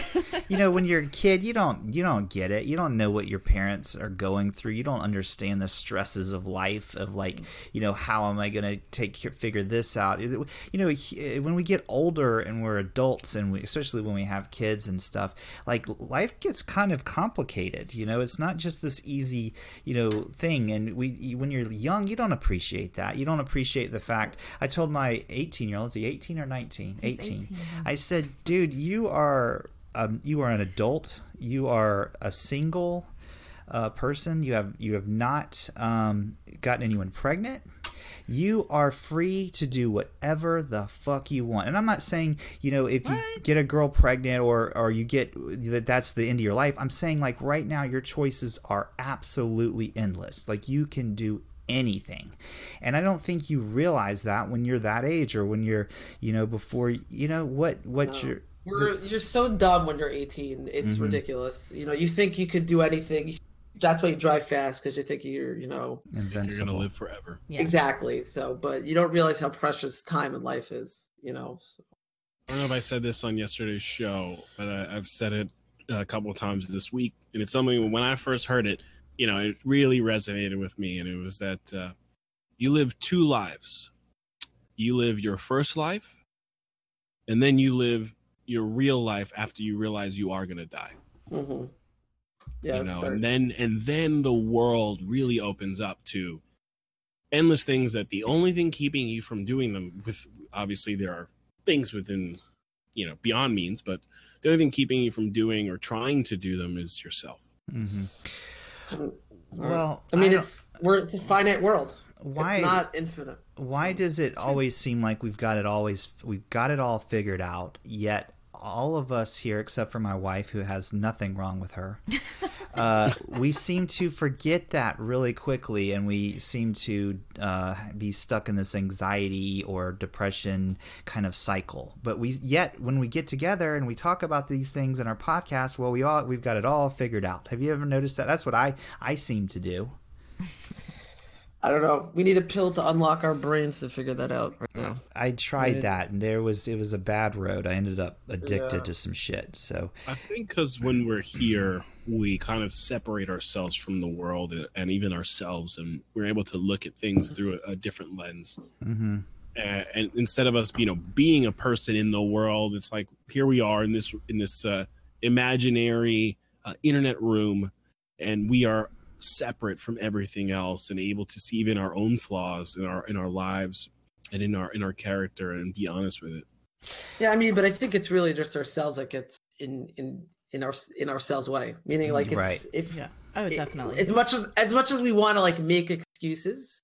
C: you know when you're a kid you don't you don't get it you don't know what your parents are going through you don't understand the stresses of life of like you know how am i going to take care- figure this out you know he- eh, when we get older and we're adults and we, especially when we have kids and stuff like life gets kind of complicated you know it's not just this easy you know thing and we when you're young you don't appreciate that you don't appreciate the fact i told my 18 year old is he 18 or 19 18 i said dude you are um, you are an adult. You are a single uh, person. You have you have not um, gotten anyone pregnant. You are free to do whatever the fuck you want. And I'm not saying you know if you
D: What?
C: get a girl pregnant or or you get that that's the end of your life. I'm saying like right now your choices are absolutely endless. Like you can do anything. And I don't think you realize that when you're that age or when you're, you know, before you know what what you're
B: We're, you're so dumb when you're 18. It's ridiculous. You know, you think you could do anything. that's why you drive fast because you think you're you know
A: You're gonna
C: Invincible.
A: live forever.
D: Yeah.
B: exactly. So, but you don't realize how precious time in life is. You know. So.
A: I don't know if I said this on yesterday's show, but I, I've said it a couple of times this week, and it's something when I first heard it, you know, it really resonated with me, and it was that uh, you live two lives. You live your first life, and then you live your real life after you realize you are gonna die.
B: hmm Yeah,
A: you
B: it's
A: know,
B: very-
A: and then and then the world really opens up to endless things that the only thing keeping you from doing them with obviously there are things within you know beyond means but the only thing keeping you from doing or trying to do them is yourself
C: Mhm.
B: Mm.
C: Well,
B: I mean,
C: don't-
B: it's we're it's a finite world.
C: why
B: It's not infinite.
C: why does it always seem like we've got it always we've got it all figured out yet all of us here except for my wife who has nothing wrong with her uh, we seem to forget that really quickly and we seem to uh, be stuck in this anxiety or depression kind of cycle but we yet when we get together and we talk about these things in our podcast well we all we've got it all figured out have you ever noticed that that's what i i seem to do
B: I don't know. We need a pill to unlock our brains to figure that out right now.
C: I tried
B: Yeah.
C: that, and there was it was a bad road. I ended up addicted
B: Yeah.
C: to some shit. So
A: i think because when we're here we kind of separate ourselves from the world and- and even ourselves and we're able to look at things through a, a different lens
C: hmm
A: uh, and instead of us you know being a person in the world it's like here we are in this in this uh, imaginary uh, internet room and we are separate from everything else and able to see even our own flaws in our in our lives and in our in our character and be honest with it
B: Yeah, I mean, but I think it's really just ourselves that gets in in in our in ourselves way. Meaning, like, it's,
C: Right.
B: if
D: Yeah. Oh,
B: it-
D: definitely.
B: as much as as much as we want to like make excuses,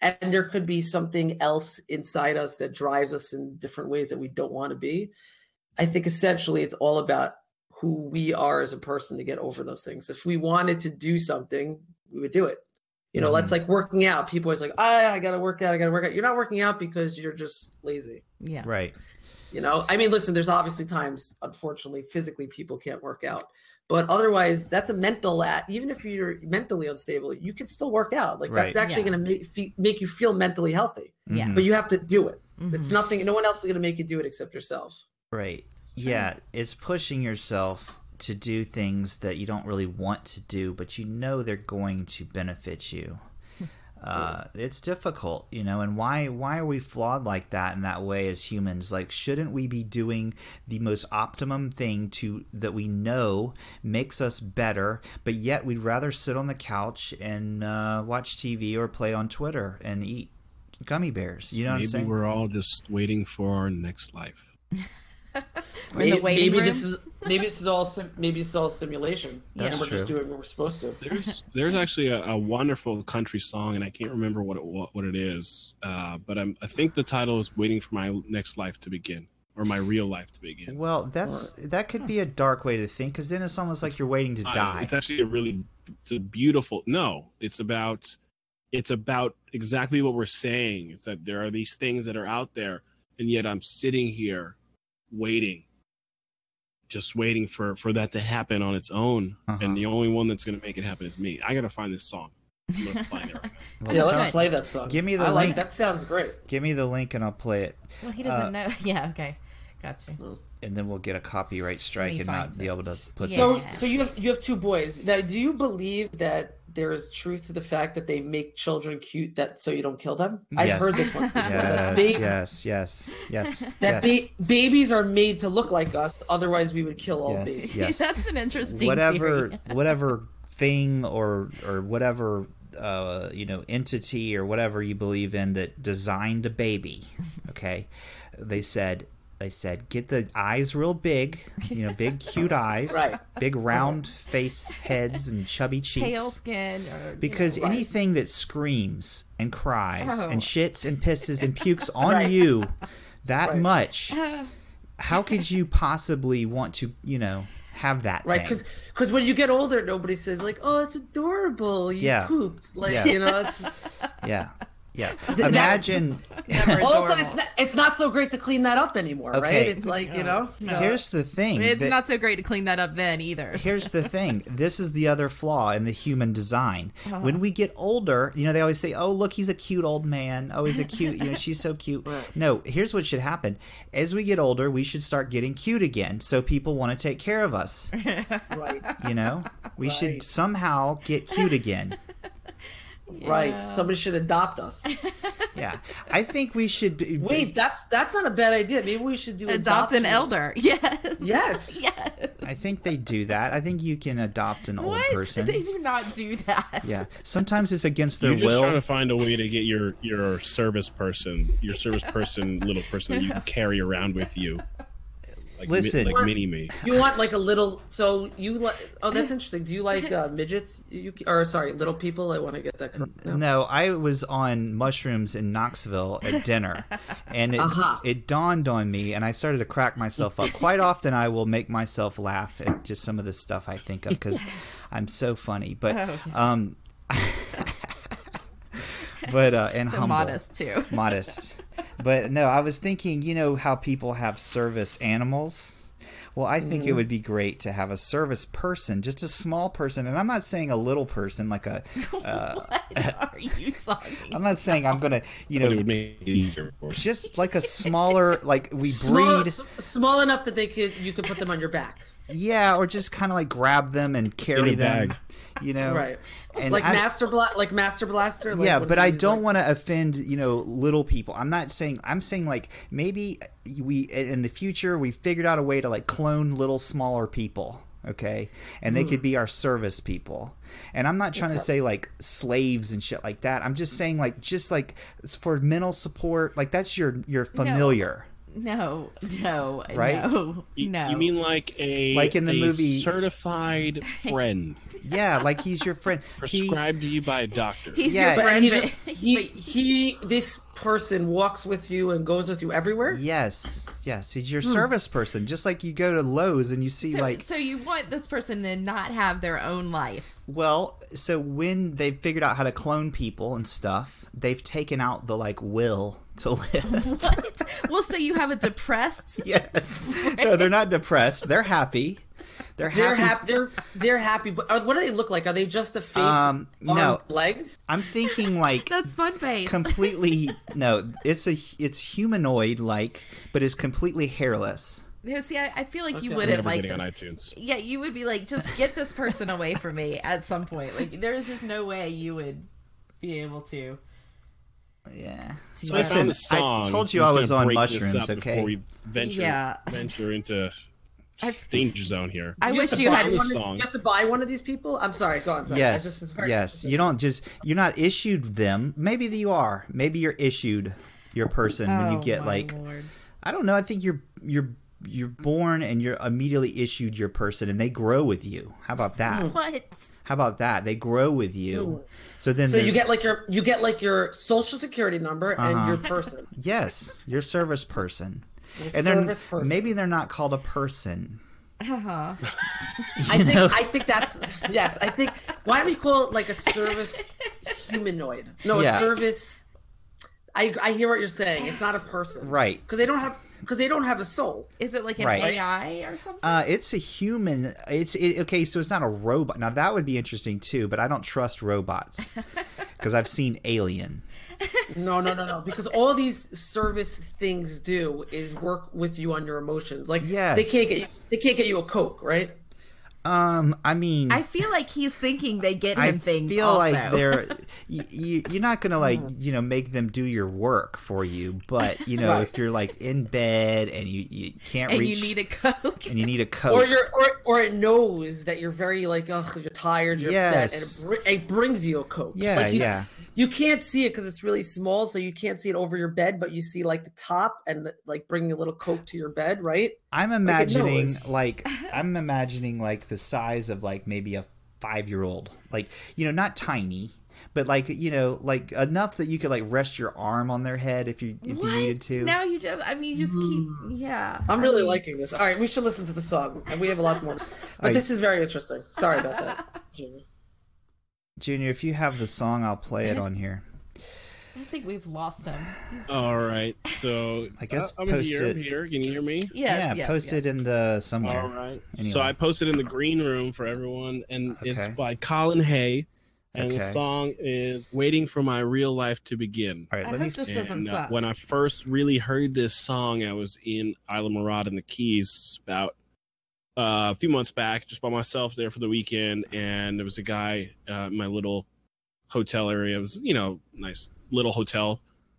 B: and there could be something else inside us that drives us in different ways that we don't want to be. I think essentially it's all about who we are as a person to get over those things. If we wanted to do something, we would do it. You know, that's like working out. People always like, ah, I gotta work out, I gotta work out. You're not working out because you're just lazy.
D: yeah.
C: right,
B: You know, I mean, listen, there's obviously times, unfortunately, physically people can't work out, but otherwise, that's a mental at. Even if you're mentally unstable, you can still work out. Like
C: Right.
B: that's actually
D: Yeah.
B: going to make fe- make you feel mentally healthy,
D: Yeah.
C: Mhm.
B: but you have to do it. It's
D: Mhm.
B: nothing. No one else is going to make you do it except yourself.
C: right, yeah. It's pushing yourself to do things that you don't really want to do, but you know they're going to benefit you. Uh, it's difficult, you know, and why why are we flawed like that in that way as humans? Like, shouldn't we be doing the most optimum thing to that we know makes us better, but yet we'd rather sit on the couch and uh, watch TV or play on Twitter and eat gummy bears? You know what I'm
A: maybe
C: saying?
A: we're all just waiting for our next life
D: We're in the
B: May-
D: waiting
B: maybe
D: room.
B: this is maybe this is all sim- maybe this is all simulation.
D: That's
B: and we're just
C: true.
B: doing what we're supposed to.
A: there's there's actually a, a wonderful country song and i can't remember what it, what, what it is uh, but I'm, i think the title is waiting for my next life to begin or my real life to begin
C: Well, that's that could be a dark way to think, because then it's almost like you're waiting to
A: Uh,
C: die.
A: It's actually a really it's a beautiful no, it's about it's about exactly what we're saying. It's that there are these things that are out there and yet I'm sitting here waiting just waiting for for that to happen on its own
C: Uh-huh.
A: and the only one that's going to make it happen is me. I got to find this song. I'm going to find it right now.
C: Well,
B: yeah,
C: it's
D: That's
B: let's
D: good.
B: play that song.
C: Give me the
B: I
C: link.
B: like that. Sounds great.
C: Give me the link and I'll play it,
D: well, he doesn't
C: uh,
D: know. Yeah. Okay. Gotcha.
C: and then we'll get a copyright strike
D: When he
C: and not
D: finds
C: be
D: it.
C: able to put
D: Yeah.
B: So,
C: this.
B: so you have you have two boys now. Do you believe that there is truth to the fact that they make children cute that so you don't kill them? I've
C: Yes.
B: heard this once before. that
C: Yes,
B: ba-
C: yes, yes, yes,
B: that
C: yes,
B: ba- babies are made to look like us, otherwise we would kill all
C: Yes.
B: babies.
C: Yes.
D: That's an interesting
C: whatever,
D: theory.
C: whatever thing or or whatever uh, you know entity or whatever you believe in that designed a baby. Okay, they said they said get the eyes real big, you know, big cute eyes,
B: Right.
C: big round face heads and chubby cheeks.
D: Pale skin. Or, you
C: Because
D: know,
C: anything that screams and cries
D: Oh.
C: and shits and pisses and pukes on
B: Right.
C: you that
B: Right.
C: much, how could you possibly want to, you know, have that
B: Right,
C: thing?
B: because when you get older, nobody says like, "Oh, it's adorable, you
C: Yeah.
B: pooped." Like
C: Yeah.
B: you know, it's
C: yeah. Yeah. Imagine.
B: Also, it's not, it's not so great to clean that up anymore, right?
C: Okay.
B: It's like you know. so-
C: Here's the thing.
D: It's
C: that-
D: not so great to clean that up then either.
C: Here's the thing. This is the other flaw in the human design.
D: Uh-huh.
C: When we get older, you know, they always say, "Oh, look, he's a cute old man. Oh, he's a cute. You know, she's so cute." No, here's what should happen. As we get older, we should start getting cute again, so people want to take care of us.
B: right.
C: You know, we should
B: Right.
C: somehow get cute again.
B: Right. Somebody should adopt us.
C: Yeah, I think we should. Be,
B: Wait, that's that's not a bad idea. Maybe we should do
D: Adopt an
B: adoption.
D: elder. Yes.
B: Yes.
D: Yes.
C: I think they do that. I think you can adopt an old
D: What?
C: person.
D: They do not do that.
C: Yeah, sometimes it's against their
A: You're just
C: will.
A: trying to find a way to get your your service person, your service person, little person that you can carry around with you. Like, mi-
C: Listen.
A: like mini me.
B: You want like a little? So you like? Oh, that's interesting. Do you like uh, midgets? You or sorry, little people? I want to get that correct. now.
C: No, I was on mushrooms in Knoxville at dinner, and it,
B: Aha.
C: it dawned on me, and I started to crack myself up. Quite often, I will make myself laugh at just some of the stuff I think of because I'm so funny. But,
D: Oh, yes.
C: um, but uh, and
D: So
C: humble
D: modest too.
C: modest. But no, I was thinking, you know, how people have service animals. Well, I think it would be great to have a service person, just a small person, and I'm not saying a little person, like a.
D: what are you talking?
C: I'm not saying I'm gonna, you
A: But it
C: know,
A: would make it easier. Of course.
C: just like a smaller, like we
B: Small,
C: breed,
B: s- small enough that they could you could put them on your back,
C: yeah, or just kind of like grab them and carry them,
A: bag.
C: you know,
B: right?
C: And
B: like
C: I-
B: master bla- like master blaster. Like
C: yeah,
B: one
C: but
B: of
C: I
B: these,
C: don't
B: like-
C: want to offend, you know, little people. I'm not saying I'm saying like maybe we in the future we figured out a way to like clone little smaller people, okay? And
B: Hmm.
C: they could be our service people. And I'm not trying to say like slaves and shit like that. I'm just saying like just like for mental support, like that's your your familiar.
D: No, no,
C: Right?
D: no,
A: You-
D: no.
A: You mean like a
C: Like in the
A: a
C: movie-
A: certified friend
C: Yeah, like he's your friend. He-
A: prescribed to you by a doctor?
D: he's
C: yeah,
D: your
C: but
D: friend?
B: he,
D: But,
B: he, he this person walks with you and goes with you everywhere.
C: yes. Yes, he's your service person. Just like you go to Lowe's and you see
D: so,
C: like
D: so you want this person to not have their own life?
C: Well, so when they figured out how to clone people and stuff, they've taken out the like will to live.
D: What? well, so you have a depressed.
C: yes. No, they're not depressed. They're happy. They're,
B: They're
C: happy.
B: happy. They're they're happy. But are, what do they look like? Are they just a face,
C: Um, no.
B: arms, legs?
C: I'm thinking like
D: That's fun face.
C: completely no, it's a it's humanoid like, but it's completely hairless.
D: No, see, I, I feel like you
B: Okay.
A: We're
D: wouldn't
A: never
D: like
A: getting on
D: this.
A: iTunes.
D: Yeah, you would be like, just get this person away from me at some point. Like, there is just no way you would be able to.
C: Yeah.
D: do
A: So I
D: that.
A: found
C: Listen,
A: this
C: I
A: song.
C: told you
A: I'm just
C: I was
A: gonna
C: on
A: break this
C: mushrooms,
A: up
C: okay?
A: Before we venture,
D: Yeah.
A: venture into
D: I've-
A: danger zone here.
D: I
B: You have
D: wish
B: to
D: you
B: buy
D: had.
B: one of-
A: song.
B: You have to buy one of these people. I'm sorry. Go on. Sorry. I
C: Yes.
B: just- it's very-
C: yes. You don't just you're not issued them. Maybe you are. Maybe you're issued your person when you
D: Oh,
C: get
D: my
C: like
D: Lord.
C: I don't know. I think you're you're you're born and you're immediately issued your person, and they grow with you. How
B: Hmm.
C: about that?
D: What?
C: How about that? They grow with you. So then,
B: So you
C: there's- Uh-huh.
B: get like your you get like your social security number and your person.
C: yes, your service person, and
B: service
C: they're
B: person.
C: maybe they're not called a person.
D: Uh-huh.
B: I think I think that's yes. I think why don't we call it like a service humanoid? No,
C: Yeah.
B: a service. I I hear what you're saying. It's not a person,
C: Right.
B: Because they don't have because they don't have a soul.
D: Is it like an
C: Right.
D: AI or something?
C: Uh, it's a human. It's it, okay. So it's not a robot. Now that would be interesting too, but I don't trust robots because I've seen Alien.
B: No, no, no, no. Because all these service things do is work with you on your emotions. Like
C: Yes.
B: they can't get you, they can't get you a coke, right?
C: Um, I mean,
D: I feel like he's thinking they get him things.
C: feel
D: also.
C: like they're you, you, you're not gonna like
B: Mm-hmm.
C: you know make them do your work for you, but you know
B: Right.
C: if you're like in bed and you, you can't
D: and
C: reach
D: you need a coke.
C: and you need a coat,
B: Or you're or, or it knows that you're very like ugh, you're tired, you're
C: Yes.
B: upset, and it, br- it brings you a coke.
C: Yeah,
B: like you, s-
C: yeah.
B: You can't see it because it's really small, so you can't see it over your bed, but you see like the top and like bringing a little coke to your bed, right?
C: I'm imagining
B: knows.
C: like, I'm imagining like the size of like maybe a five year old, like you know not tiny. But like you know, like enough that you could like rest your arm on their head if you if you needed
D: what?
C: to. Mm.
D: Now you just. I mean, you just keep. Yeah.
B: I'm really
D: I mean,
B: liking this. All right, we should listen to the song, and we have a lot more. But
C: right.
B: this is very interesting. Sorry about that. Jimmy.
C: Junior, if you have the song, I'll play it on here.
D: I think we've lost him. He's-
E: All right. So
C: I guess
A: Uh,
E: I'm
C: post
E: here.
C: it.
E: I'm here. Can you hear me?
D: yes,
C: yeah,
D: yes,
C: post
D: yes.
C: it in the somewhere.
E: All right. So I posted in the green room for everyone, and it's
C: Okay.
E: by Colin Hay, and the
C: Okay.
E: song is "Waiting for My Real Life to Begin."
C: All right,
D: I
C: let
D: hope
C: me.
D: this doesn't
E: And, uh,
D: suck.
E: when I first really heard this song, I was in Isla Morada in the Keys about uh, a few months back, just by myself there for the weekend, and there was a guy uh, in my little hotel area. It was you know nice little hotel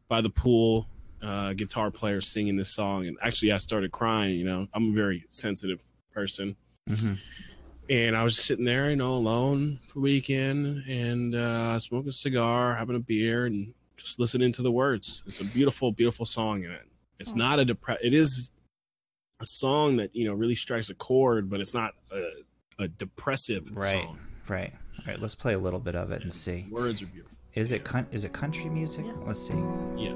E: by the pool. Uh, guitar player singing this song, and actually, I started crying. You know, I'm a very sensitive person,
C: Mhm.
E: and I was sitting there, you know, alone for the weekend and uh, smoking a cigar, having a beer, and just listening to the words. It's a beautiful, beautiful song in it. It's
D: Oh.
E: not a depre- It is a song that you know really strikes a chord, but it's not a, a depressive
C: Right.
E: song.
C: Right. All right. Let's play a little bit of it and see.
E: Words are beautiful.
C: Is it coun- is it country music?
D: Yeah.
C: Let's see.
E: Yeah.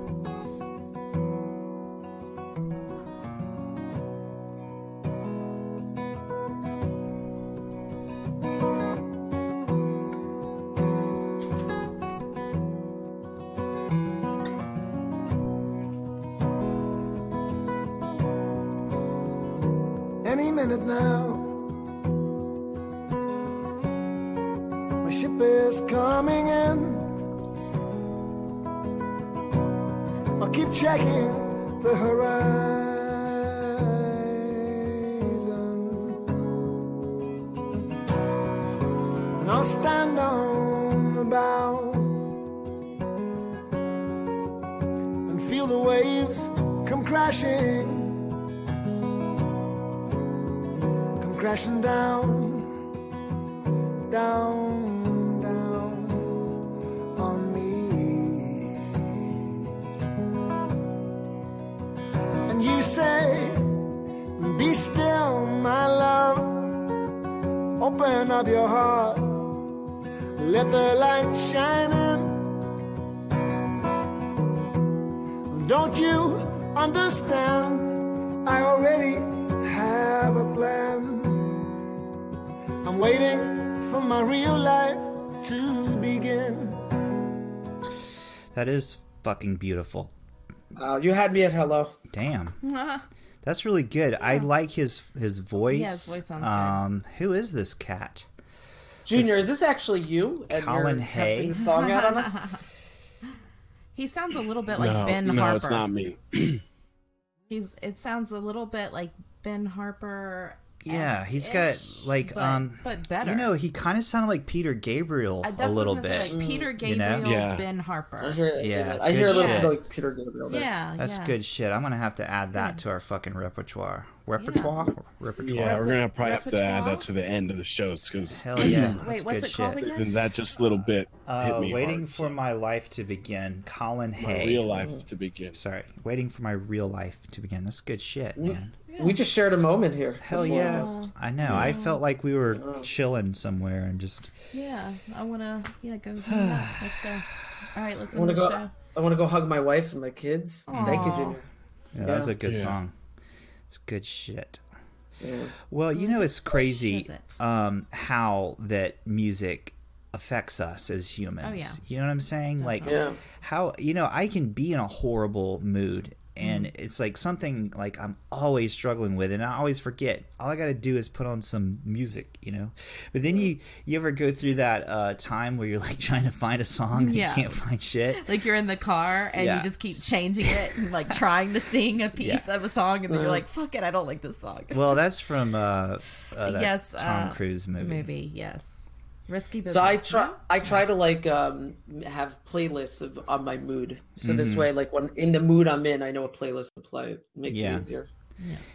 F: any minute now. My ship is coming in. I'll keep checking the horizon. And I'll stand on the bow and feel the waves come crashing. come crashing down, down, down on me. And you say, Be still, my love. Open up your heart, let the light shine in. Don't you understand? I already have a plan. I'm waiting for my real life to begin.
C: That is fucking beautiful.
B: Wow, Uh, you had me at hello.
C: Damn.
D: Ah,
C: That's really good. I like his his voice.
D: Yeah, his voice sounds good.
C: um, Who is this cat?
B: Junior,
C: This-
B: is this actually you? And
C: Colin
B: you're
C: Hay?
B: testing the song out on us?
D: he sounds a little bit like
E: no,
D: Ben
E: no,
D: Harper.
E: it's not me.
D: He's. It sounds a little bit like Ben Harper.
C: Yeah, he's got like
D: but,
C: um,
D: but better.
C: you know, he kind of sounded like Peter Gabriel
D: I-
C: a
D: that's what I
C: little
D: was gonna say,
C: bit.
D: like Peter
C: Mm, know?
D: Gabriel,
E: Yeah.
D: Ben
B: I
D: Harper.
B: hear,
C: Yeah,
B: I hear a
C: good
B: little
D: shit.
B: bit like Peter Gabriel. There.
D: Yeah,
C: That's
D: yeah.
C: good shit. I'm gonna have to add that
D: good.
C: to our fucking repertoire. Repertoire. Repertoire.
E: Yeah, we're gonna probably have to add
D: repertoire?
E: that to the end of the shows because
C: Hell yeah. that's
D: Wait, what's
C: good
D: it called
C: shit.
D: again?
E: that just little bit hit
C: Uh,
E: me
C: waiting
E: hard.
C: for my life to begin. Colin
E: my
C: Hay.
E: real life to begin.
C: Sorry, waiting for my real life to begin. That's good shit, man.
B: We just shared a moment here.
C: Hell
B: before
C: yeah.
B: us.
C: I know. I felt like we were chilling somewhere and just.
D: Yeah, I wanna. Yeah, go. hang out. Let's go. All right, let's
B: I want
D: end
B: to
D: the
B: go.
D: show.
B: I want to go hug my wife and my kids. Thank you,
D: Aw.
B: Junior.
C: Yeah, That was
B: Yeah.
C: a good
E: Yeah.
C: song. It's good shit.
B: Yeah.
C: Well, you know, it's crazy
D: shiz it.
C: um, how that music affects us as humans.
D: Oh, yeah.
C: You know what I'm saying? Like,
B: Yeah.
C: how, you know, I can be in a horrible mood and
D: Mm-hmm.
C: it's like something like I'm always struggling with and I always forget. All I got to do is put on some music, you know? But then you, you ever go through that uh, time where you're like trying to find a song and
D: Yeah.
C: you can't find shit?
D: Like you're in the car and
C: Yeah.
D: you just keep changing it, and like trying to sing a piece
C: Yeah.
D: of a song, and then you're like, "Fuck it, I don't like this song."
C: Well, that's from uh, uh, that
D: Yes,
C: Tom
D: uh,
C: Cruise movie.
D: Maybe yes, risky business.
B: So I try. I try to like um have playlists of on my mood. So this
C: Mm-hmm.
B: way, like when in the mood I'm in, I know what playlist to play. It makes
C: Yeah.
B: it easier.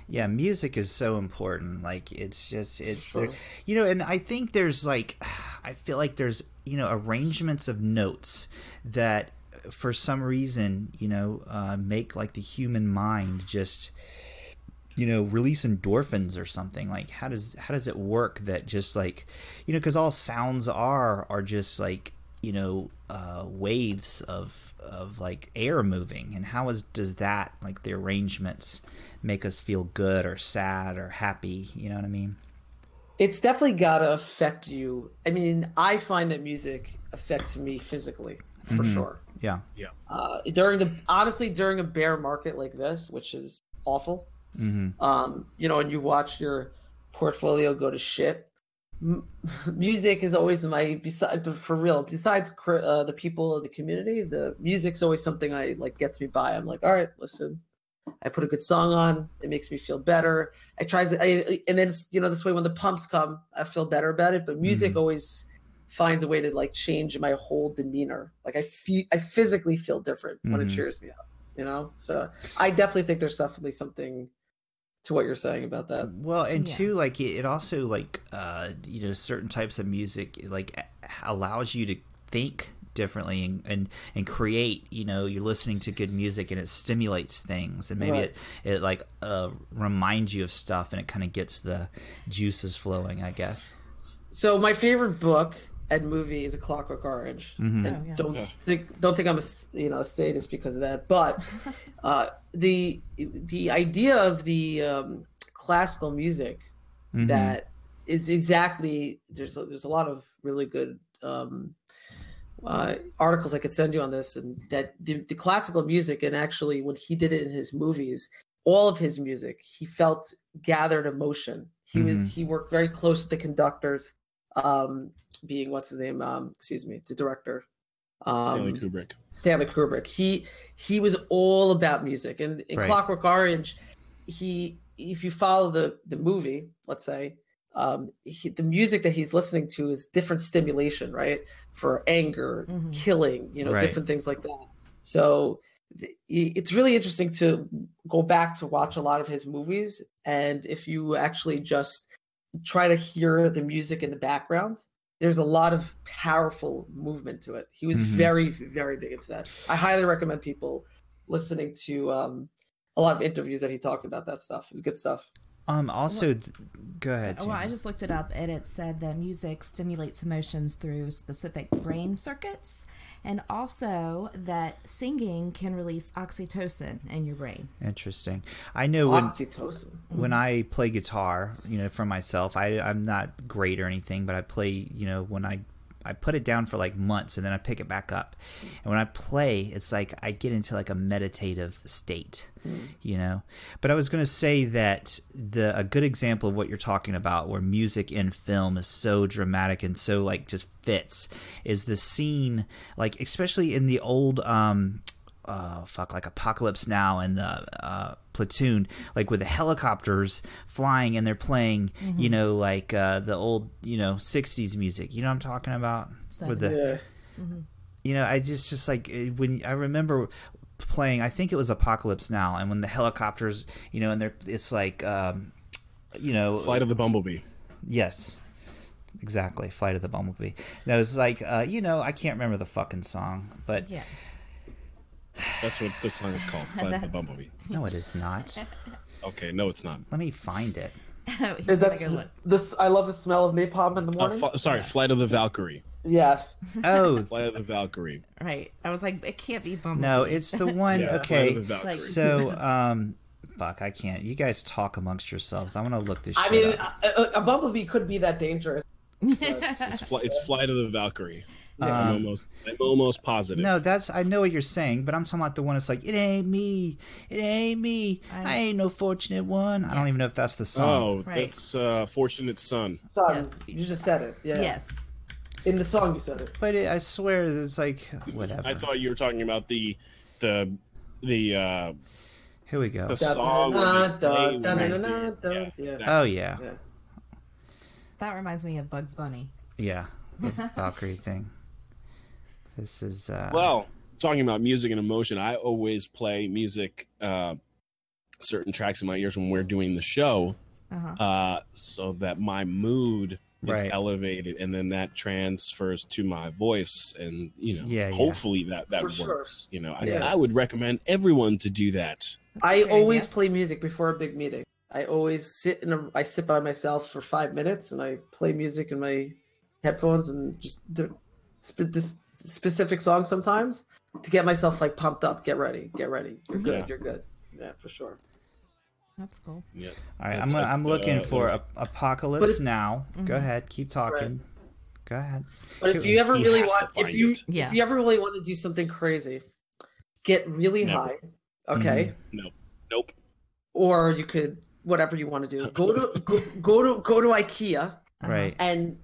C: Yeah, music is so important. Like it's just it's
B: Sure.
C: there, you know, and I think there's like I feel like there's you know arrangements of notes that uh, for some reason you know uh, make like the human mind just you know release endorphins or something like how does how does it work that just like you know because all sounds are are just like you know uh, waves of of like air moving and how is does that like the arrangements make us feel good or sad or happy you know what i mean
B: It's definitely gotta affect you. I mean, I find that music affects me physically for sure.
C: Mm-hmm. Yeah.
B: Uh, during the honestly during a bear market like this, which is awful,
C: hmm
B: um, you know, and you watch your portfolio go to shit. M- music is always my beside but for real. Besides cri- uh, the people of the community, the music's always something I like gets me by. I'm like, all right, listen. I put a good song on. It makes me feel better. I tries to, I, I- and then it's, you know this way when the pumps come, I feel better about it. But music always finds a way to like change my whole demeanor. Like I feel, I physically feel different when it
C: Mhm.
B: cheers me up. You know, so I definitely think there's definitely something to what you're saying about that.
C: Well, and
D: Yeah.
C: too, like it, it also like uh, you know certain types of music like a- allows you to think differently and, and and create you know you're listening to good music and it stimulates things and maybe
B: Right.
C: it it like uh reminds you of stuff and it kind of gets the juices flowing i guess
B: So my favorite book and movie is A Clockwork Orange. And
D: Oh, yeah.
B: Don't
A: Yeah.
B: think don't think I'm a s- you know a sadist because of that. But uh, the the idea of the um, classical music
C: Mhm.
B: that is exactly there's a, there's a lot of really good um, uh, articles I could send you on this, and that the, the classical music and actually when he did it in his movies, all of his music he felt gathered emotion. He was he worked very close with the conductors, um, being what's his name? Um, excuse me, the director. Um,
A: Stanley Kubrick.
B: Stanley Kubrick. He he was all about music, and in
C: Right.
B: Clockwork Orange, he if you follow the the movie, let's say, um, he, the music that he's listening to is different stimulation, right? For anger,
D: Mhm.
B: killing, you know,
C: Right.
B: different things like that. So th- i- it's really interesting to go back to watch a lot of his movies, and if you actually just try to hear the music in the background there's a lot of powerful movement to it. He was
C: Mhm.
B: very, very big into that. I highly recommend people listening to um, a lot of interviews that he talked about that stuff. It's good stuff.
C: um also th- go ahead
D: Well, I
C: Jamie.
D: just looked it up, and it said that music stimulates emotions through specific brain circuits, and also that singing can release oxytocin in your brain.
C: interesting i know when
B: Oxytocin.
C: when I play guitar, you know, for myself, I I'm not great or anything, but I play, you know, when I I put it down for like months and then I pick it back up. And when I play, it's like I get into like a meditative state, you know. But I was going to say that the a good example of what you're talking about where music in film is so dramatic and so like just fits is the scene like especially in the old um uh, fuck, like Apocalypse Now and the uh, Platoon, like with the helicopters flying and they're playing, you know, like uh, the old, you know, '60s music. You know what I'm talking about? With the,
B: Yeah.
C: you know, I just just like it- when I remember playing, I think it was Apocalypse Now, and when the helicopters, you know, and they're it's like, um, you know,
A: Flight of the Bumblebee.
C: Yes. Exactly. Flight of the Bumblebee. No, it's like, uh, you know, I can't remember the fucking song, but
D: Yeah.
A: That's what this song is called. Flight of the Bumblebee.
C: no, it is not.
A: Okay, no, it's not.
C: Let me find it.
D: Oh, he's gotta
B: That's
D: go look.
B: this. I love the smell of napalm in the
A: Oh,
B: morning.
A: fl- sorry, Flight of the Valkyrie.
B: yeah,
C: Oh,
A: Flight of the Valkyrie.
D: Right. I was like, it can't be Bumblebee.
C: no, it's the one.
A: Yeah, Flight
C: okay.
A: of the Valkyrie.
D: Like-
C: So, um, fuck, I can't. You guys talk amongst yourselves. I want to look this
B: I
C: shit
B: mean,
C: up.
B: a, a- a bumblebee could be that dangerous.
A: it's, fl- it's Flight of the Valkyrie. I'm,
C: Um,
A: almost, I'm almost positive.
C: no, that's I know what you're saying, but I'm talking about the one that's like, it ain't me, it ain't me, I,
D: I-
C: ain't no fortunate one. I don't even know if that's the song.
A: oh,
D: Right.
A: that's uh, Fortunate Son.
B: Son,
D: Yes.
B: you just said it.
C: uh,
B: Yeah.
D: Yes.
B: In the song, you said it.
C: But it, I swear, it's like whatever.
A: I thought you were talking about the the the uh,
C: Here we go.
A: the song. where they play with
B: Dun-dun-dun-dun-dun-dun.
A: the- yeah,
B: Yeah.
A: that-
C: Oh yeah,
B: Yeah.
D: That reminds me of Bugs Bunny.
C: yeah, the Valkyrie thing. This is uh,
A: Well, talking about music and emotion, I always play music, uh, certain tracks in my ears when we're doing the show,
D: Uh-huh.
A: uh, so that my mood is
C: Right.
A: elevated, and then that transfers to my voice, and you know,
C: Yeah, yeah.
A: hopefully that that
B: For
A: works.
B: sure.
A: You know, I,
B: Yeah.
A: I would recommend everyone to do that.
B: I
D: That's a good
B: always
D: idea.
B: play music before a big meeting. I always sit in a, I sit by myself for five minutes and I play music in my headphones and just the sp- this specific song sometimes to get myself like pumped up. Get ready, get ready. You're good,
A: Yeah.
B: you're good. Yeah, for sure.
D: That's cool.
A: Yeah.
C: All right,
A: That's-
C: I'm, gonna-
A: that's
C: I'm
A: the-
C: looking for
A: the-
C: a, Apocalypse
B: But-
C: Now. Go ahead, keep talking. Go ahead.
B: But if you ever
A: He
B: really
A: has to
B: want, if
A: find
B: you,
A: it.
D: Yeah.
B: if you ever really want to do something crazy, get really
A: Never. Mm-hmm.
B: high. Okay.
A: Nope.
B: Or you could whatever you want to do. Go to go, go to go to IKEA
D: Uh-huh.
C: Right.
B: and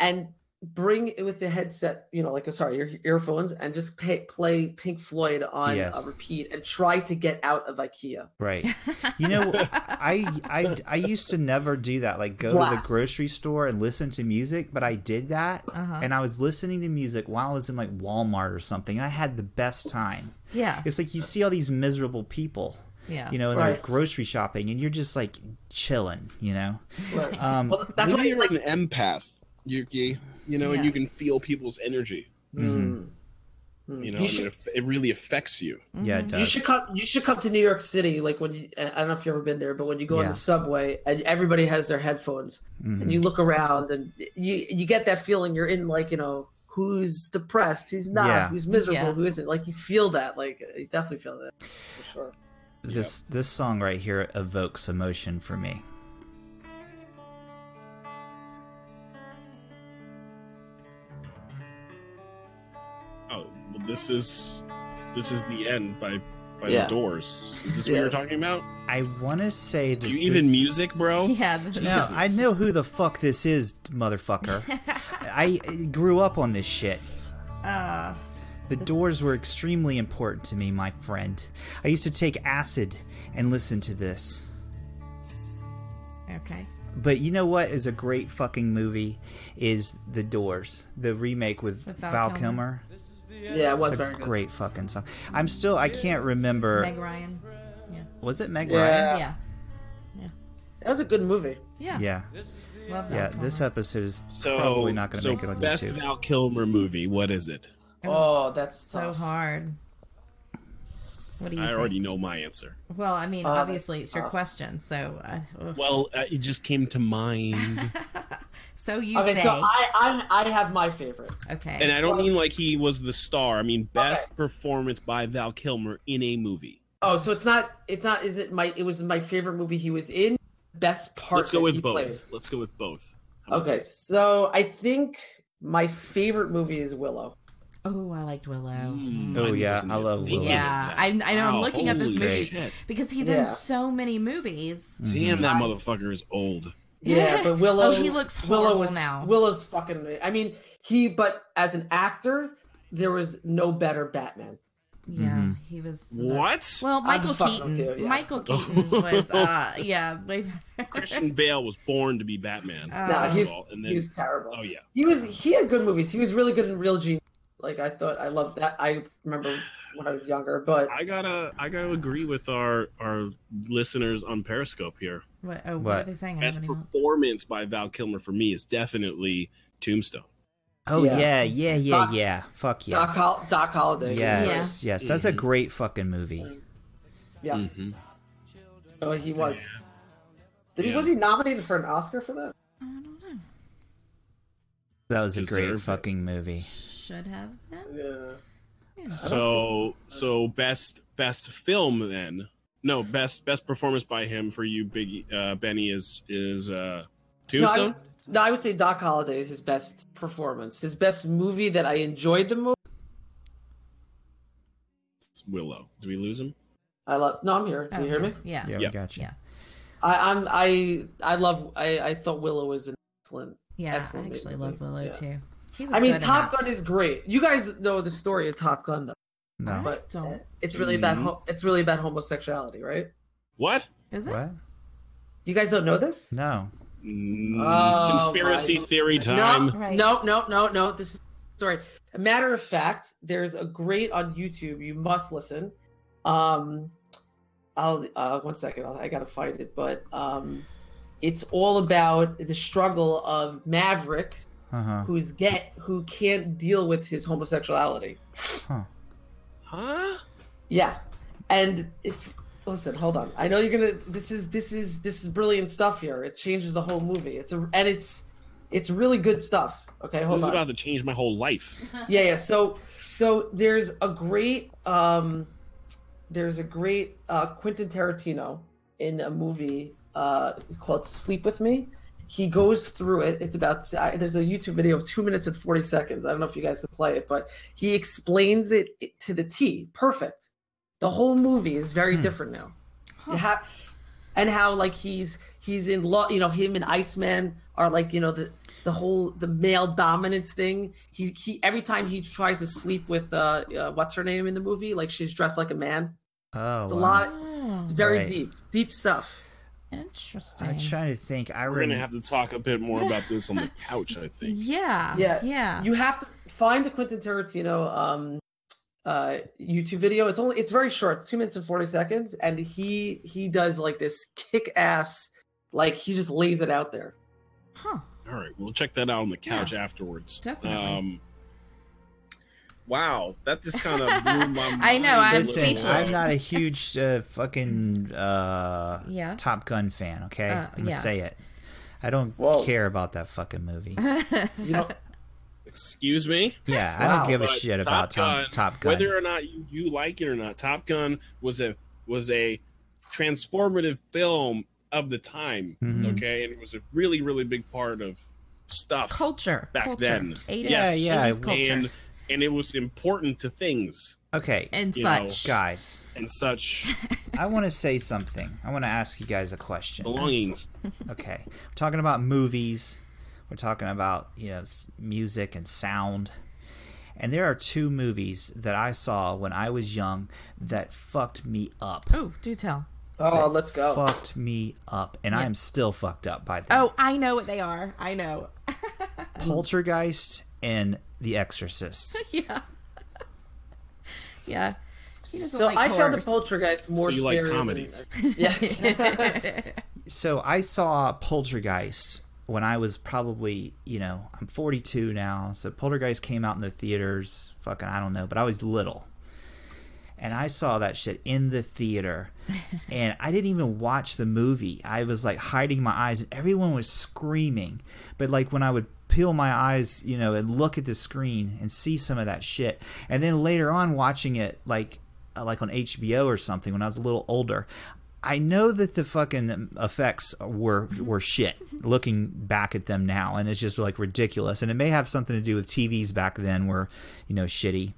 B: and bring it with the headset, you know, like sorry, your earphones, and just pay, play Pink Floyd on
C: Yes.
B: a repeat and try to get out of IKEA.
C: Right. You know, I, I I used to never do that. Like go to the
B: Blast.
C: grocery store and listen to music, but I did that,
D: Uh-huh.
C: and I was listening to music while I was in like Walmart or something, and I had the best time.
D: Yeah.
C: It's like you see all these miserable people,
D: Yeah.
C: you know, and they're
B: Right.
C: grocery shopping, and you're just like chilling, you know.
B: Right.
C: Um,
B: well, that's why
A: Maybe
B: you're
A: you're
B: like,
A: an empath, Yuki. You know,
D: Yeah.
A: and you can feel people's energy.
B: mm, mm.
A: You know,
B: you
A: and it,
B: should
A: aff- it really affects you.
D: Mm-hmm.
C: Yeah, it does.
B: you should come you should come to New York City like when you I don't know if you've ever been there but when you go on
C: Yeah. Mm.
B: the subway and everybody has their headphones
C: Mm-hmm.
B: and you look around and you you get that feeling you're in like you know who's depressed who's not
C: Yeah.
B: who's miserable
D: Yeah.
B: who isn't like you feel that like you definitely feel that for sure
C: This this song right here evokes emotion for me.
A: Oh, well, this is this is the end by by
B: Yeah.
A: the Doors. Is this what you were
B: Yes.
A: talking about?
C: I want to say that
A: Do you
C: this-
A: even music, bro?
D: yeah. the-
C: No, I know who the fuck this is, motherfucker. I grew up on this shit.
D: Uh,
C: The doors were extremely important to me, my friend. I used to take acid and listen to this.
D: okay.
C: But you know what is a great fucking movie is The Doors, the remake with
D: With
C: Val,
D: Val
C: Kilmer.
D: Kilmer.
B: yeah it was
C: It's a
B: very good
C: great fucking song. I'm still I can't remember.
D: Meg Ryan. Yeah.
C: was it Meg
B: Yeah.
C: Ryan?
D: Yeah.
B: that was a good movie
D: Yeah.
C: Yeah,
D: Love that.
C: yeah. This
D: comment.
C: episode is
A: So
C: probably not going to
A: so
C: make it on
A: best
C: YouTube.
A: Val Kilmer movie. What is it?
B: oh that's
D: so hard. What do you
A: I
D: think?
A: already know my answer.
D: Well, I mean,
B: Uh,
D: obviously it's your question, so uh, oof.
A: Well, uh, it just came to mind,
D: so you
B: okay
D: say
B: so I, I I have my favorite
D: okay.
A: and I don't mean like he was the star. I mean best performance by Val Kilmer in a movie.
B: oh so it's not it's not is it my it was my favorite movie he was in best part
A: Let's go
B: that
A: with
B: he
A: both.
B: played.
A: Let's go with both. How about
B: Okay, so I think my favorite movie is Willow.
D: oh, I liked Willow.
A: that?
D: Mm.
A: Mm,
C: Oh,
A: I
C: yeah,
A: wasn't
C: I
A: even
C: love
A: thinking
C: Willow.
A: of
D: Yeah,
A: that.
D: I, I know. I'm
A: Wow,
D: looking at this
A: holy
D: movie
A: shit.
D: because he's
B: Yeah.
D: in so many movies.
A: Damn, that
D: Nice.
A: motherfucker is old.
B: Yeah, but Willow.
D: Oh, he looks horrible
B: was,
D: now.
B: Willow's fucking. I mean, he. But as an actor, there was no better Batman.
D: Yeah, he was. the best.
A: What?
D: Well, Michael
B: just fucking
D: Keaton.
B: with you, yeah.
D: Michael Keaton was, uh, yeah, way better.
A: Christian Bale was born to be Batman.
D: Uh,
B: Nah,
A: first of
B: he's-
A: all, and
B: He was
A: then
B: terrible.
A: oh yeah,
B: He was. He had good movies. He was really good in Real Genius. Like I thought, I loved that. I remember when I was younger, but
A: I gotta I gotta agree with our our listeners on Periscope here.
D: What, oh, what,
C: What?
D: are they saying? I
A: Best
D: haven't even.
A: performance by Val Kilmer for me is definitely Tombstone.
C: Oh
B: Yeah.
C: yeah, yeah, yeah,
B: Doc-
C: yeah. Fuck yeah.
B: Doc, Hol- Doc Holliday.
C: Yes, yes, that's a
A: Mhm.
C: great fucking movie.
B: Yeah.
A: Mhm.
B: Oh, he was. Did
A: Mm-hmm.
B: he
A: Yeah.
B: was he nominated for an Oscar for that?
D: I don't know.
C: That was a great
A: Deserved it.
C: fucking movie.
D: Should have been.
B: Yeah.
A: So so best best film then. No, best best performance by him for you, Big uh, Benny is is uh,
B: No, I
A: Tombstone.
B: would- No, I would say Doc Holliday is his best performance, his best movie that I enjoyed the most.
A: Willow. Do we lose him?
B: I love. No, I'm here. Do
D: Oh,
B: you hear me?
D: Yeah.
C: Yeah,
A: Yeah.
C: we got you.
D: Yeah.
B: I, I'm. I I love. I I thought Willow was an excellent.
D: Yeah,
B: Excellent
D: I actually
B: movie.
D: loved Willow
B: Yeah.
D: too. He was
B: I mean,
D: good in
B: Top
D: that.
B: Gun is great. You guys know the story of Top Gun, though.
D: I
C: No,
B: But uh,
D: don't.
B: it's really about
A: Mhm.
B: ho- it's really about homosexuality, right?
A: What?
D: Is it?
C: what?
B: You guys don't know this?
C: No.
A: Mm,
B: Oh,
A: Conspiracy
B: my-
A: theory
B: No,
A: time.
D: Right.
B: no, no, no, no. This is sorry. A matter of fact, there's a great on YouTube. You must listen. Um, I'll uh, one second. I'll, I gotta find it, but um, it's all about the struggle of Maverick,
C: Uh huh.
B: who's get who can't deal with his homosexuality.
A: Huh?
B: Yeah, and if listen, hold on. I know you're gonna. This is this is this is brilliant stuff here. It changes the whole movie. It's a and it's it's really good stuff. Okay, hold
A: This is
B: on.
A: about to change my whole life.
B: yeah yeah so so there's a great um there's a great uh quentin tarantino in a movie uh called sleep with me He goes through it. It's about I, there's a YouTube video of two minutes and forty seconds. I don't know if you guys can play it, but he explains it to the T. Perfect. The whole movie is very different now. You ha- and how like he's he's in love. You know, him and Iceman are like you know the the whole the male dominance thing. He he every time he tries to sleep with uh, uh what's her name in the movie, like she's dressed like a man.
C: Oh,
B: It's
C: wow.
B: a lot. It's very
C: Right.
B: deep, deep stuff.
D: Interesting.
C: I'm trying to think. I
A: We're gonna
C: remember.
A: have to talk a bit more about this on the couch, I think.
D: yeah.
B: Yeah.
D: Yeah.
B: You have to find the Quentin Tarantino um, uh, YouTube video. It's only it's very short. It's two minutes and forty seconds, and he he does like this kick ass, like he just lays it out there.
D: huh.
A: All right, we'll check that out on the couch afterwards. Um,
D: Definitely.
A: wow, that just kind of blew my mind.
D: I know, I'm
A: a little
C: Listen,
A: bit.
C: I'm not a huge uh, fucking uh,
D: Yeah.
C: Top Gun fan. Okay,
D: Uh,
C: I'm gonna
D: yeah.
C: say it. I don't
B: Whoa.
C: care about that fucking movie.
B: You know,
A: Excuse me.
C: Yeah, I
B: Wow.
C: don't give a
A: But
C: shit about Top, Top Gun.
A: Whether or not you, you like it or not, Top Gun was a was a transformative film of the time.
C: Mhm.
A: Okay, and it was a really really big part of stuff
D: Culture.
A: back
D: culture.
A: then.
D: 80s,
A: Yeah,
C: yeah,
D: 80s culture.
A: and and it was important to things
C: okay,
D: and
A: you know,
D: such.
C: guys,
A: and such
C: I want to say something. I want to ask you guys a question.
A: belongings.
C: Okay, we're talking about movies. We're talking about you know s- music and sound. And there are two movies that I saw when I was young that fucked me up.
D: Oh, do tell.
B: oh, let's go.
C: Fucked me up, and I am still fucked up by them.
D: Oh, I know what they are. I know.
C: Poltergeist and The Exorcist.
D: yeah. yeah. He doesn't
B: So
D: like
B: I found the
D: horrors.
B: poltergeist more
A: So you like
B: scary than-
A: comedies.
B: yes.
C: so I saw Poltergeist when I was probably, you know, I'm 42 now, so Poltergeist came out in the theaters. Fucking, I don't know, but I was little. And I saw that shit in the theater. and I didn't even watch the movie. I was like hiding my eyes, and everyone was screaming. But like when I would peel my eyes, you know, and look at the screen and see some of that shit, and then later on watching it, like uh, like on HBO or something, when I was a little older. I know that the fucking effects were were shit. Looking back at them now, and it's just like ridiculous. And it may have something to do with TVs back then were, you know, shitty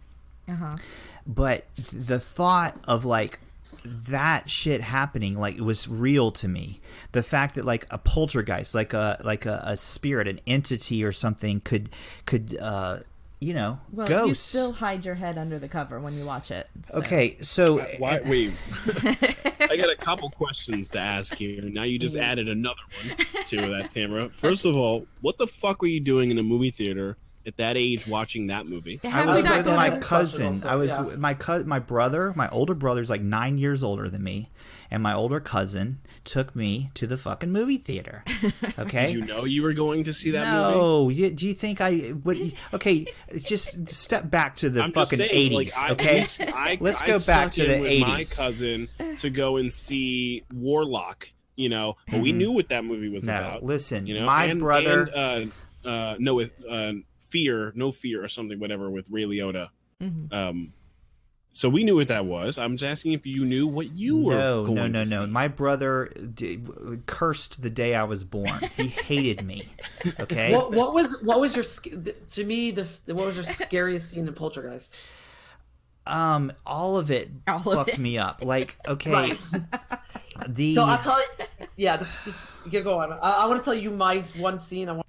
C: but the thought of like that shit happening like it was real to me the fact that like a poltergeist like a like a, a spirit an entity or something could could uh you know
D: Well, you
C: ghosts
D: still hide your head under the cover when you watch it. so-
C: okay so
A: Why wait? I got a couple questions to ask you. Now you just added another one to that camera. First of all, what the fuck were you doing in a movie theater at that age watching that movie?
C: I
D: Have
C: was
D: we
B: we not
C: with
D: not
B: gone
D: gone
C: my
B: to-
C: cousin. I was
B: Yeah.
C: with my co- my brother, my older brother's like nine years older than me, and my older cousin took me to the fucking movie theater. Okay,
A: Did you know you were going to see that movie?
C: No, you, Oh, do you think I would? Okay, just step back to the
A: I'm just
C: fucking
A: saying,
C: eighties.
A: like, I-
C: okay,
A: listen, I,
C: let's
A: I
C: go back
A: snuck
C: to
A: in
C: the
A: with My
C: 80s.
A: cousin to go and see Warlock. You know, but we knew what that movie was
C: Mm-hmm. No,
A: about.
C: listen,
A: you know,
C: my
A: and,
C: brother-
A: and, uh, uh, no, with uh, Fear, no Fear, or something, whatever, with Ray Liotta.
C: Mm-hmm.
A: Um, so we knew what that was. I'm just asking if you knew what you were.
C: no,
A: going
C: no, no,
A: to
C: no.
A: see.
C: My brother d- w- cursed the day I was born. He hated me. Okay,
B: what, what was what was your sc- th- to me the what was your scariest scene in Poltergeist?
C: um, all of it
D: All of
C: fucked
D: it.
C: me up. Like, okay,
B: Right.
C: the
B: So I'll tell you. Yeah, the, the, yeah, go on. I, I want to tell you my one scene. I want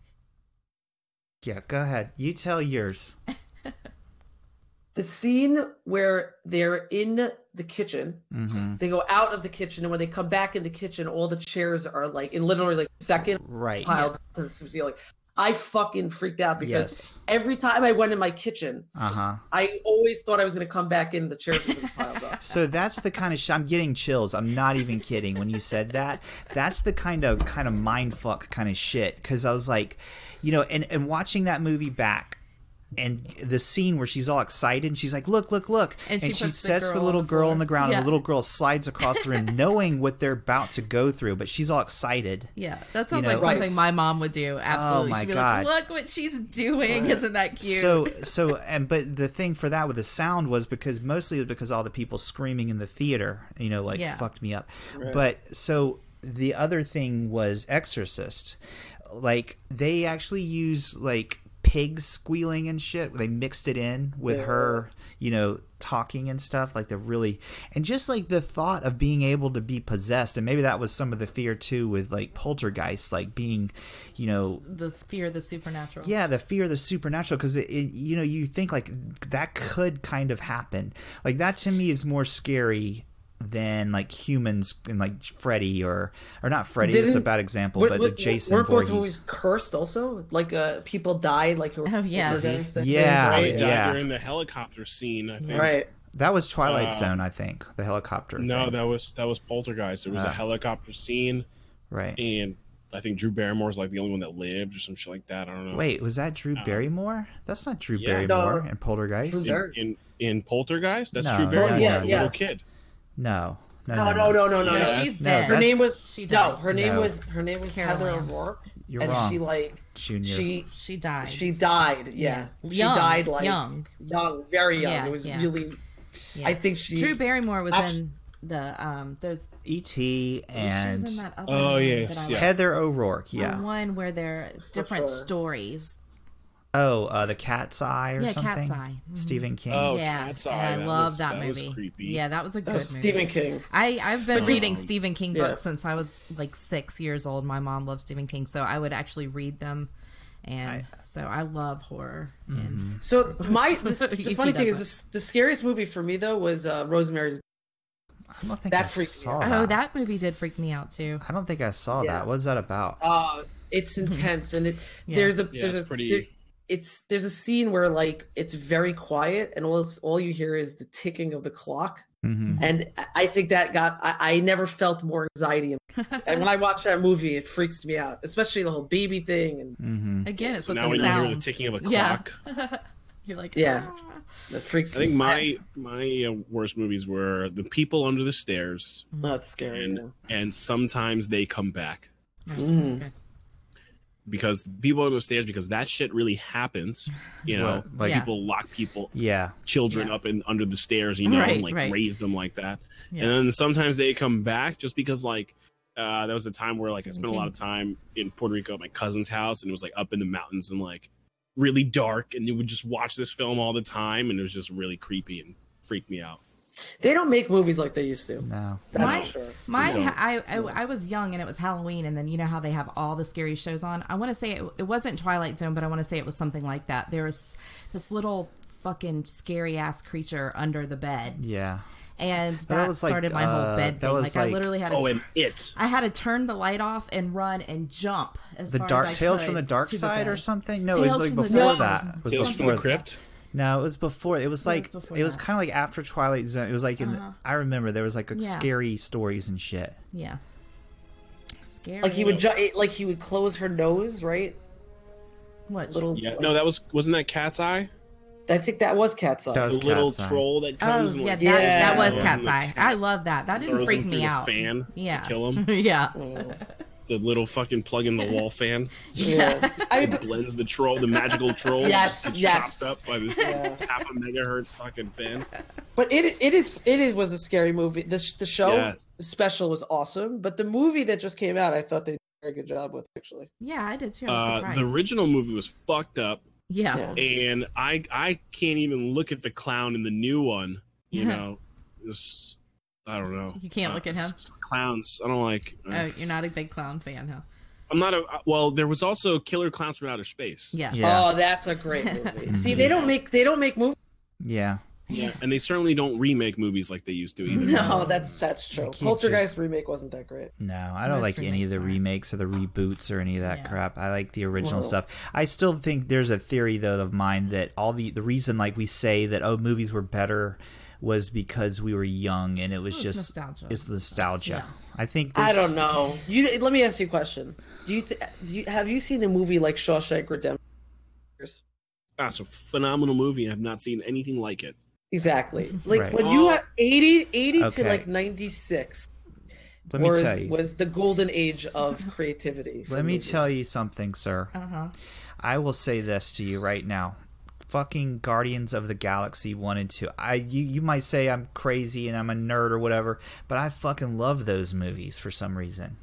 C: yeah, go ahead. You tell yours.
B: the scene where they're in the kitchen.
C: hmm
B: They go out of the kitchen, and when they come back in the kitchen, all the chairs are like in literally like second
C: Right.
B: piled to the ceiling. I fucking freaked out because
C: Yes.
B: every time I went in my kitchen,
C: Uh huh.
B: I always thought I was going to come back in the chairs were gonna be piled up.
C: So that's the kind of sh- I'm getting chills. I'm not even kidding when you said that. That's the kind of kind of mind fuck kind of shit cuz I was like, you know, and and watching that movie back and the scene where she's all excited and she's like, "Look, look, look."
D: And she puts the
C: sets
D: girl
C: the
D: on
C: little
D: the
C: girl
D: floor.
C: on the ground and
D: Yeah.
C: the little girl slides across the room knowing what they're about to go through, but she's all excited.
D: Yeah, that sounds
C: know, Oh
D: like
B: Right.
D: something my mom would do. Absolutely.
C: my
D: She'd be
C: God.
D: like, look what she's doing. Isn't that cute?
C: So so and but the thing for that with the sound was because mostly it was because all the people screaming in the theater, you know, like
D: Yeah.
C: fucked me up. But so the other thing was Exorcist. Like they actually use like pigs squealing and shit. They mixed it in with
B: Yeah.
C: her, you know, talking and stuff. Like the really and just like the thought of being able to be possessed, and maybe that was some of the fear too with like poltergeist, like being, you know,
D: the fear of the supernatural.
C: yeah, the fear of the supernatural because it, it, you know, you think like that could kind of happen. Like that to me is more scary than like humans and like Freddy or or not Freddy. It's a
B: Didn't-
C: bad example,
B: Were-
C: but
B: were-
C: the Jason
B: weren't both movies
C: Voorhees.
B: cursed also? Like uh, people died. Like who-
D: Oh, yeah.
B: poltergeists, that
C: Yeah.
B: thing,
C: Oh,
B: right?
C: yeah.
A: during the helicopter scene, I think.
B: Right.
C: That was Twilight
A: Uh,
C: Zone, I think. The helicopter.
A: No,
C: thing.
A: that was that was Poltergeist. There was
C: Ah.
A: a helicopter scene,
C: right.
A: and I think Drew Barrymore's like the only one that lived or some shit like that. I don't know.
C: Wait, was that Drew Barrymore? That's not Drew
A: yeah.
C: Barrymore
B: No.
C: and Poltergeist.
B: Drew Barry-
A: in, in in Poltergeist, that's
C: No,
A: Drew
C: no,
A: Barrymore,
B: yeah,
A: the
B: yeah.
A: little kid.
C: no. No,
B: No, no, no, no, no.
A: Yeah.
B: no.
D: She's
C: No,
D: dead.
B: Her
C: that's-
B: name was
D: She
B: no.
D: died.
B: Her name
C: No.
B: was her name was Heather
D: Caroline.
B: O'Rourke,
C: You're
B: and
C: wrong,
B: she like
C: Junior.
B: she
D: She died.
B: she died. Yeah, she
D: Young,
B: died like
D: young.
B: young, very young.
D: Yeah,
B: it was
D: yeah.
B: really.
D: Yeah.
B: I think she.
D: Drew Barrymore was
B: Actu-
D: in the um. There's
C: E.T.
D: she
C: E and
D: was in that other.
A: Oh,
D: one
A: yes,
D: that I
A: yeah.
D: like.
C: Heather O'Rourke.
D: The
C: Yeah.
D: one where there are different
B: sure.
D: stories.
C: Oh, uh, the Cat's Eye or
D: Yeah,
C: something.
D: Cat's Eye. Mhm.
C: Stephen King.
A: Oh,
D: yeah,
A: Cat's
D: and
A: Eye,
D: I
A: that
D: love
A: was-
D: that,
A: that was
D: movie.
A: creepy.
D: Yeah, that was a good
B: Oh,
D: movie.
B: Stephen King.
D: I I've been reading Stephen King
B: yeah.
D: books since I was like six years old. My mom loves Stephen King, so I would actually read them, and so I love horror.
A: Mm-hmm.
D: And
B: So my this, the
D: He
B: funny thing is
D: doesn't.
B: this, the scariest movie for me though was uh, Rosemary's.
C: I don't think
B: That
C: I
B: freaked me
C: saw
B: out.
C: that.
D: oh, that movie did freak me out too.
C: I don't think I saw
B: Yeah.
C: that. What's that about?
B: Uh, it's intense and it
D: Yeah.
B: there's a
A: Mm-hmm. Yeah,
B: there's
A: it's
B: a
A: pretty-
B: there- it's there's a scene where like it's very quiet and all it's- all you hear is the ticking of the clock
C: hmm
A: Mm-hmm.
B: and I- I think that got I, I never felt more anxiety and when I watched that movie it freaks me out especially the whole baby thing and
A: Mm.
C: hmm
D: Again, it's
A: So
D: with
A: now
D: the
A: when you hear the
D: sounds.
A: ticking of a
D: Yeah.
A: clock,
D: You're like,
B: Yeah.
D: "Ah."
B: that freaks
A: I think
B: me
A: my my uh, worst movies were The People Under the Stairs,
B: out. that's scary
A: and
D: Mm-hmm.
A: and sometimes they come back
D: Right,
B: Mm.
D: that's good.
A: because People Under the Stairs because that shit really happens. You know,
C: What, like-
D: Yeah.
A: people lock people
C: Yeah.
A: children
D: Yeah.
A: up and under the stairs, you know,
D: Right,
A: and like
D: right.
A: raise them like that.
D: Yeah.
A: And then sometimes they come back just because like uh that was a time where like I
D: Stephen
A: spent a lot
D: King.
A: of time in Puerto Rico at my cousin's house and it was like up in the mountains and like really dark and we would just watch this film all the time and it was just really creepy and freaked me out.
B: they don't make movies like they used to
C: No.
B: that's
D: My-
B: for sure
D: Mine,
A: Yeah.
D: ha- I, I, I was young and it was Halloween, and then you know how they have all the scary shows on. I want to say it, it wasn't Twilight Zone, but I want to say it was something like that. There was this little fucking scary ass creature under the bed,
C: Yeah.
D: and that,
C: was like,
D: started my
C: uh,
D: whole bed
C: that
D: thing.
C: was
D: Like, I
C: like-
D: literally had to,
A: Oh and it.
D: I had to turn the light off and run and jump as
C: The
D: far
C: dark
D: as I
C: tales
D: could
C: from the dark
D: to
C: side or
D: bed.
C: something. No, it
D: Tales
C: was like
D: from the
C: before
D: Dark
C: that.
D: Side.
C: It was
A: Tales from
C: before
A: the Crypt.
C: No, it was before. It was like it was,
D: before that. Uh-huh.
C: kind of like after Twilight Zone. It was like in, I remember there was like a
D: Yeah.
C: scary stories and shit.
D: Yeah, scary.
B: like he would ju- it- like he would close her nose right
D: what
B: little
A: Yeah. No, that was wasn't that cat's eye?
B: I think that was cat's eye
C: That
A: The
C: was
A: little
C: Cat's Eye.
A: troll that
D: Oh
A: comes and
D: yeah,
A: like
D: that,
B: Yeah.
D: that was
A: Yeah.
D: Cat's
A: Yeah.
D: Eye. I love that. That didn't
A: throws
D: freak
A: him
D: me
A: through
D: out.
A: the fan
D: Yeah,
A: to kill him.
D: yeah,
A: The little fucking plug in the wall fan.
B: yeah I mean,
A: It blends the troll, the magical troll.
B: Yes,
A: gets
B: yes.
A: Chopped up by this
B: Yeah.
A: half a megahertz fucking fan.
B: But it it is it is was a scary movie. The sh- the show
A: Yes.
B: special was awesome, but the movie that just came out, I thought they did a very good job with actually.
D: yeah. I did too. I was
A: Uh,
D: surprised.
A: the original movie was fucked up,
D: yeah.
B: Yeah.
A: and I I can't even look at the clown in the new one. You know, It's- I don't know.
D: You can't look at him?
A: s- Clowns, I don't like. uh,
D: Oh, you're not a big clown fan, huh?
A: I'm not a. uh, Well, there was also Killer Clowns from Outer Space.
D: Yeah.
C: Yeah. Mm-hmm.
B: Oh, that's a great movie. See, they don't make they don't make movies.
C: Yeah.
A: yeah, and they certainly don't remake movies like they used to either.
B: No, that's that's true.
C: keep
B: Poltergeist
C: just-
B: remake wasn't that great.
C: No, I don't
D: Most
C: like any of the remakes or the reboots or any of that
D: Yeah.
C: crap. I like the original
B: Whoa.
C: stuff. I still think there's a theory though of mine that all the the reason like we say that oh movies were better was because we were young and it was
D: It was
C: just
D: nostalgia.
C: it's nostalgia. I think
B: I
C: there's-
B: don't know. You let me ask you a question. Do you, th- do you have you seen a movie like Shawshank Redemption?
A: That's a phenomenal movie. I have not seen anything like it.
B: Exactly. Like
C: Right.
B: when you are 80, 80
C: Okay.
B: to like 96
C: Let me
B: was,
C: tell you.
B: was the golden age of creativity. for
C: Let me
B: movies.
C: tell you something, sir.
D: Uh huh.
C: I will say this to you right now. Fucking Guardians of the Galaxy 1 and 2. I you, you might say I'm crazy and I'm a nerd or whatever, but I fucking love those movies for some reason.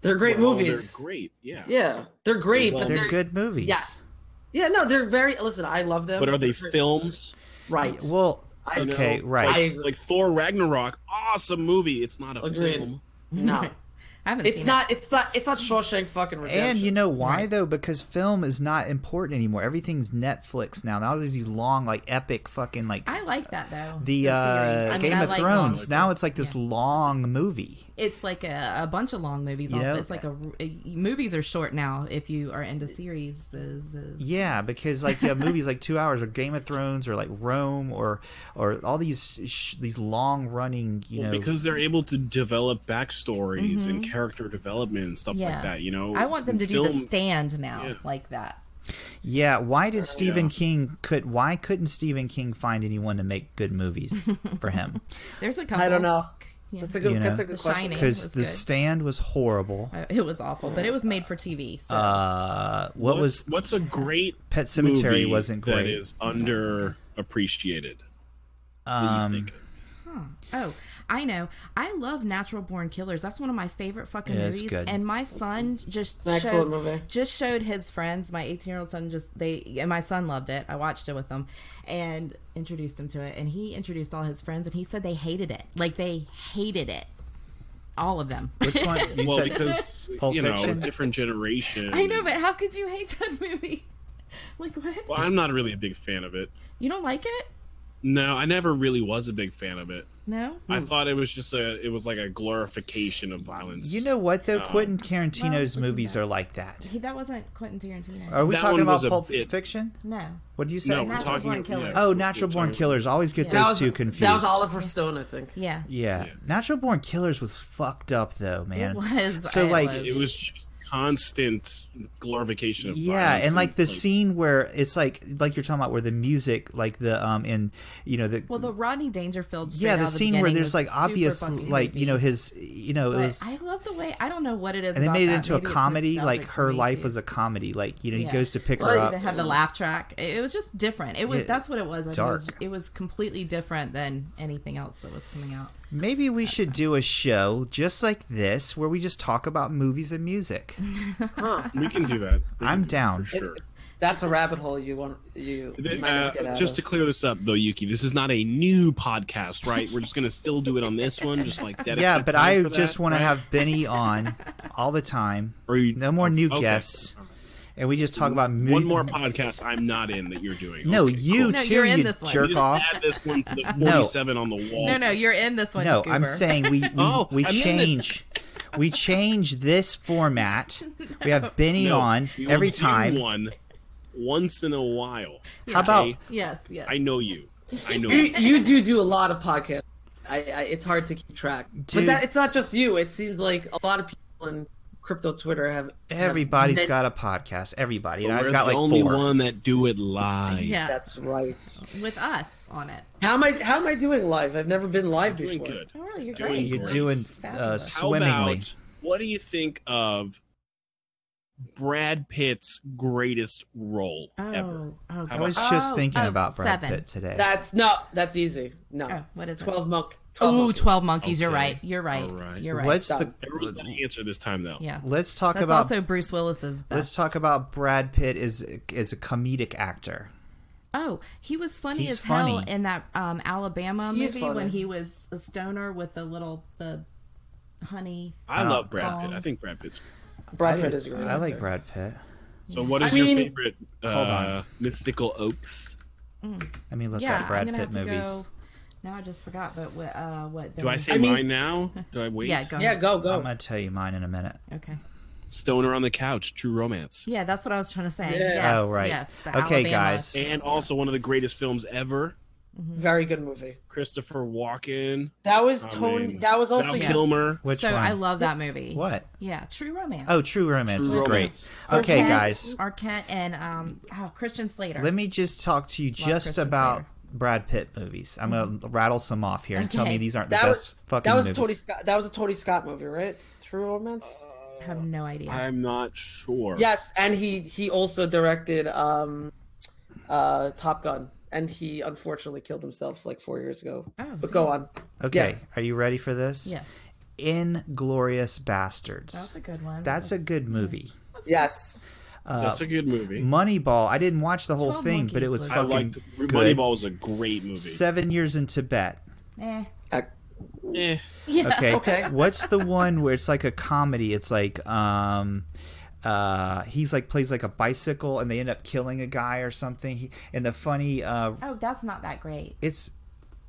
B: They're great
A: Well,
B: movies.
A: They're great. Yeah.
B: Yeah, they're great, but
A: Well,
B: they're,
C: They're good movies.
B: Yes. Yeah, no, they're very. Listen, I love them.
A: But are they
B: They're-
A: films?
B: Right.
C: Well,
B: I
A: You know,
C: okay, right.
A: Like,
B: I agree.
A: like Thor Ragnarok, awesome movie. It's not a
B: Agreed.
A: film.
B: no,
D: I haven't
B: it's
D: seen
B: not. It's not. It's not Shawshank fucking Redemption.
C: And you know why
D: Right.
C: though? Because film is not important anymore. Everything's Netflix now. Now there's these long, like epic, fucking like
D: it. I like that though.
C: the,
D: series.
C: uh,
D: I mean,
C: Game
D: I
C: of
D: like long-
C: Thrones. now it's like this long movie.
D: it's like a, a bunch of long movies.
C: You
D: all-
C: know?
D: it's like a, a- movies are short now if you are into series. Is, is-
C: Yeah, because like yeah, movies like two hours, or Game of Thrones, or like Rome, or or all these sh- these long running, you
A: Well,
C: know.
A: because they're able to develop backstories and character development and stuff
D: Mm-hmm. Yeah.
A: like that. You know,
D: I want them to do the
A: Film-
D: stand now
A: Yeah.
D: like that.
C: yeah, why did Stephen
A: Yeah.
C: King could? Why couldn't Stephen King find anyone to make good movies for him?
D: There's a couple.
B: I don't know.
D: Yeah.
B: That's a good.
C: You know,
B: that's a good
D: The
B: question.
D: Shining.
C: Because
D: was
C: The
D: good.
C: Stand was horrible.
D: Uh, It was awful, but it was made for TV. So
C: Uh, what
A: what's,
C: was
A: what's a great
C: Pet Cemetery
A: movie
C: wasn't
A: that
C: great.
A: is underappreciated. What do you
C: um,
A: think?
D: Oh, I know. I love Natural Born Killers. That's one of my favorite fucking
C: Yeah, it's
D: movies.
C: good.
D: And my son just
B: an excellent
D: showed,
B: movie.
D: just showed his friends. My 18 year old son just they and my son loved it. I watched it with him and introduced him to it. And he introduced all his friends and he said they hated it. Like they hated it. All of them.
C: which one? You
A: Well,
C: said-
A: because
C: Pulp
A: you know,
C: Fiction?
A: different generation.
D: I know, but how could you hate that movie? Like what?
A: Well, I'm not really a big fan of it.
D: You don't like it?
A: No, I never really was a big fan of it.
D: No.
A: I thought it was just a, it was like a glorification of violence.
C: you know what
A: Uh-huh.
C: though? Quentin Tarantino's
D: Well,
C: movies are like that.
D: He, that wasn't Quentin Tarantino.
C: Are we
A: That
C: talking
A: one
C: about
A: was a
C: Pulp
A: bit-
C: Fiction?
D: No.
C: What do you say?
A: no, we're
D: Natural
A: talking.
D: Born Killers.
C: oh, Natural
A: we're
C: Born
A: talking-
C: Killers. I always get
D: Yeah.
B: That
C: those
B: was
C: two confused.
B: That was Oliver Stone, I think.
D: Yeah.
C: Yeah. Natural Born Killers was fucked up though, man.
D: was.
C: So
D: I
C: like
D: was.
A: It was just constant glorification of
C: yeah,
A: violence
C: and like the scene where it's like like you're talking about where the music like the um in you know the
D: Well, the Rodney Dangerfield. straight
C: yeah,
D: out
C: the
D: of
C: scene where
D: beginning
C: there's
D: was
C: like
D: super
C: obvious,
D: fucking
C: like you know
D: creepy.
C: his, you know, it
D: But
C: was,
D: I love the way I don't know what it is.
C: and they
D: about
C: made it
D: that.
C: into
D: Maybe
C: a
D: it's
C: comedy.
D: nostalgic
C: Like
D: for
C: her
D: me,
C: life
D: too.
C: was a comedy. Like you know, he
D: Yeah.
C: goes to pick her
B: Well,
C: up.
D: They have the laugh track. It, it was just different. It was
C: Yeah.
D: that's what it was. I think It was,
C: Dark.
D: it was completely different than anything else that was coming out.
C: Maybe we should do a show just like this where we just talk about movies and music.
A: We can do that. We
C: I'm
A: can do that
C: down.
A: for sure.
B: That's a rabbit hole you want. You
A: Th-
B: might not
A: uh,
B: get out
A: just
B: of.
A: to clear this up, though, Yuki, this is not a new podcast, right? We're just gonna still do it on this one, just like that.
C: yeah, but I just want to have Benny on all the time. No more new
A: Okay.
C: guests, and we just talk about movies.
A: one more podcast I'm not in that you're doing.
C: No,
A: Okay,
C: you
A: cool.
D: No,
C: too,
D: you're in
C: you
D: this one.
C: jerk
A: Just
C: off.
A: Add this one to the
C: No.
A: 47 on the wall.
D: No, no, you're in this one.
C: No,
D: you
C: I'm
D: goober.
C: saying we we,
A: Oh,
C: we
A: I mean it.
C: change we change this format. We have Benny
A: No,
C: on
A: we will
C: every
A: do
C: time.
A: One once in a while.
C: How about
A: Okay?
D: yes, yes.
A: I know you. I know.
B: you,
A: you.
B: you do do a lot of podcasts. I, I it's hard to keep track.
C: Dude.
B: But that it's not just you. It seems like a lot of people in crypto Twitter have
C: everybody's
B: have-
C: got a podcast? Everybody, and
A: We're
C: I've got
A: the
C: like
A: only
C: four.
A: one that do it live.
D: yeah,
B: That's right.
D: with us on it.
B: How am I? How am I doing live? I've never been live
A: Doing
B: before.
A: good.
D: Oh, really, you're
A: Doing
D: great.
C: You're
A: Great.
C: doing uh,
D: Fabulous.
A: How
C: swimmingly.
A: about what do you think of Brad Pitt's greatest role ever?
D: Oh, oh,
A: How
C: I
A: about-
C: was just
D: Oh,
C: thinking
D: oh,
C: about Brad
D: seven.
C: Pitt today.
B: That's no. That's easy. No.
D: Oh, what is it?
B: Twelve monk. 12
D: Oh,
B: monkeys.
D: 12 monkeys. You're
A: Okay.
D: right. You're right.
A: All right.
D: You're right.
C: What's
B: Done.
A: Everyone's got an
C: the?
A: answer this time, though.
D: yeah.
C: Let's talk
D: That's
C: about.
D: also Bruce Willis's best.
C: let's talk about Brad Pitt is is a comedic actor.
D: Oh, he was funny
C: He's
D: as hell
C: funny.
D: in that um, Alabama
B: He's
D: movie
B: funny.
D: when he was a stoner with the little the honey.
A: I love Brad Pitt.
D: Oh.
A: I think Brad Pitt's.
B: Brad Pitt is a great.
C: I like
B: actor.
C: Brad Pitt.
A: So, what is
B: I
A: your
B: mean-
A: favorite uh, mythical oaks?
C: I mean, look
D: Yeah,
C: up
D: I'm
C: Brad
D: gonna have
C: Pitt
D: to
C: movies.
D: go. Now I just forgot, but what? Uh, what?
A: Do I say
B: I mean-
A: mine now? Do I wait?
D: Yeah, go.
B: Yeah,
D: ahead.
B: go go.
C: I'm gonna tell you mine in a minute.
D: Okay.
A: Stoner on the couch, True Romance,
D: Yeah, that's what I was trying to say.
B: Yeah.
D: Yes,
C: Oh, right.
D: Yes. the
C: Okay,
D: Alabama.
C: guys.
A: and also one of the greatest films ever,
B: Very good movie.
A: Christopher Walken,
B: That was
A: I
B: Tony.
A: mean,
B: that was also
C: Oh,
A: Val Kilmer.
C: Which
D: so
C: one?
D: I love that movie.
C: What?
D: Yeah, True Romance.
C: Oh, True Romance
A: True
C: is
A: Romance.
C: great. Okay,
D: Arquette-
C: guys.
D: Arquette and um, oh, Christian Slater.
C: Let me just talk to you just
D: Christian
C: about
D: Slater.
C: Brad Pitt movies. I'm gonna rattle some off here and tell
D: Mm-hmm. Okay.
C: me these aren't
B: That
C: the
B: was-
C: best fucking
B: that was a
C: movies.
B: Tony Scott. That was a Tony Scott movie, right? True Romance.
A: Uh,
D: I have no idea.
A: I'm not sure.
B: Yes, and he he also directed um, uh, Top Gun, and he unfortunately killed himself like four years ago.
D: Oh,
B: but go on.
C: Okay, are you ready for this?
D: yes.
C: Inglorious Bastards.
D: That's a good one.
C: That's a good movie.
B: Yes.
A: That's a good movie.
C: Moneyball. I didn't watch the whole
D: Twelve
C: thing, but it
D: Monkeys
C: was
D: was-
A: I
C: fucking
A: liked
C: good.
A: Moneyball was a great movie.
C: Seven Years in Tibet.
D: Eh.
B: Uh,
A: Eh,
D: Yeah.
C: Okay.
B: Okay.
C: What's the one where it's like a comedy? It's like um uh he's like plays like a bicycle and they end up killing a guy or something. He, and the funny uh
D: Oh, that's not that great.
C: it's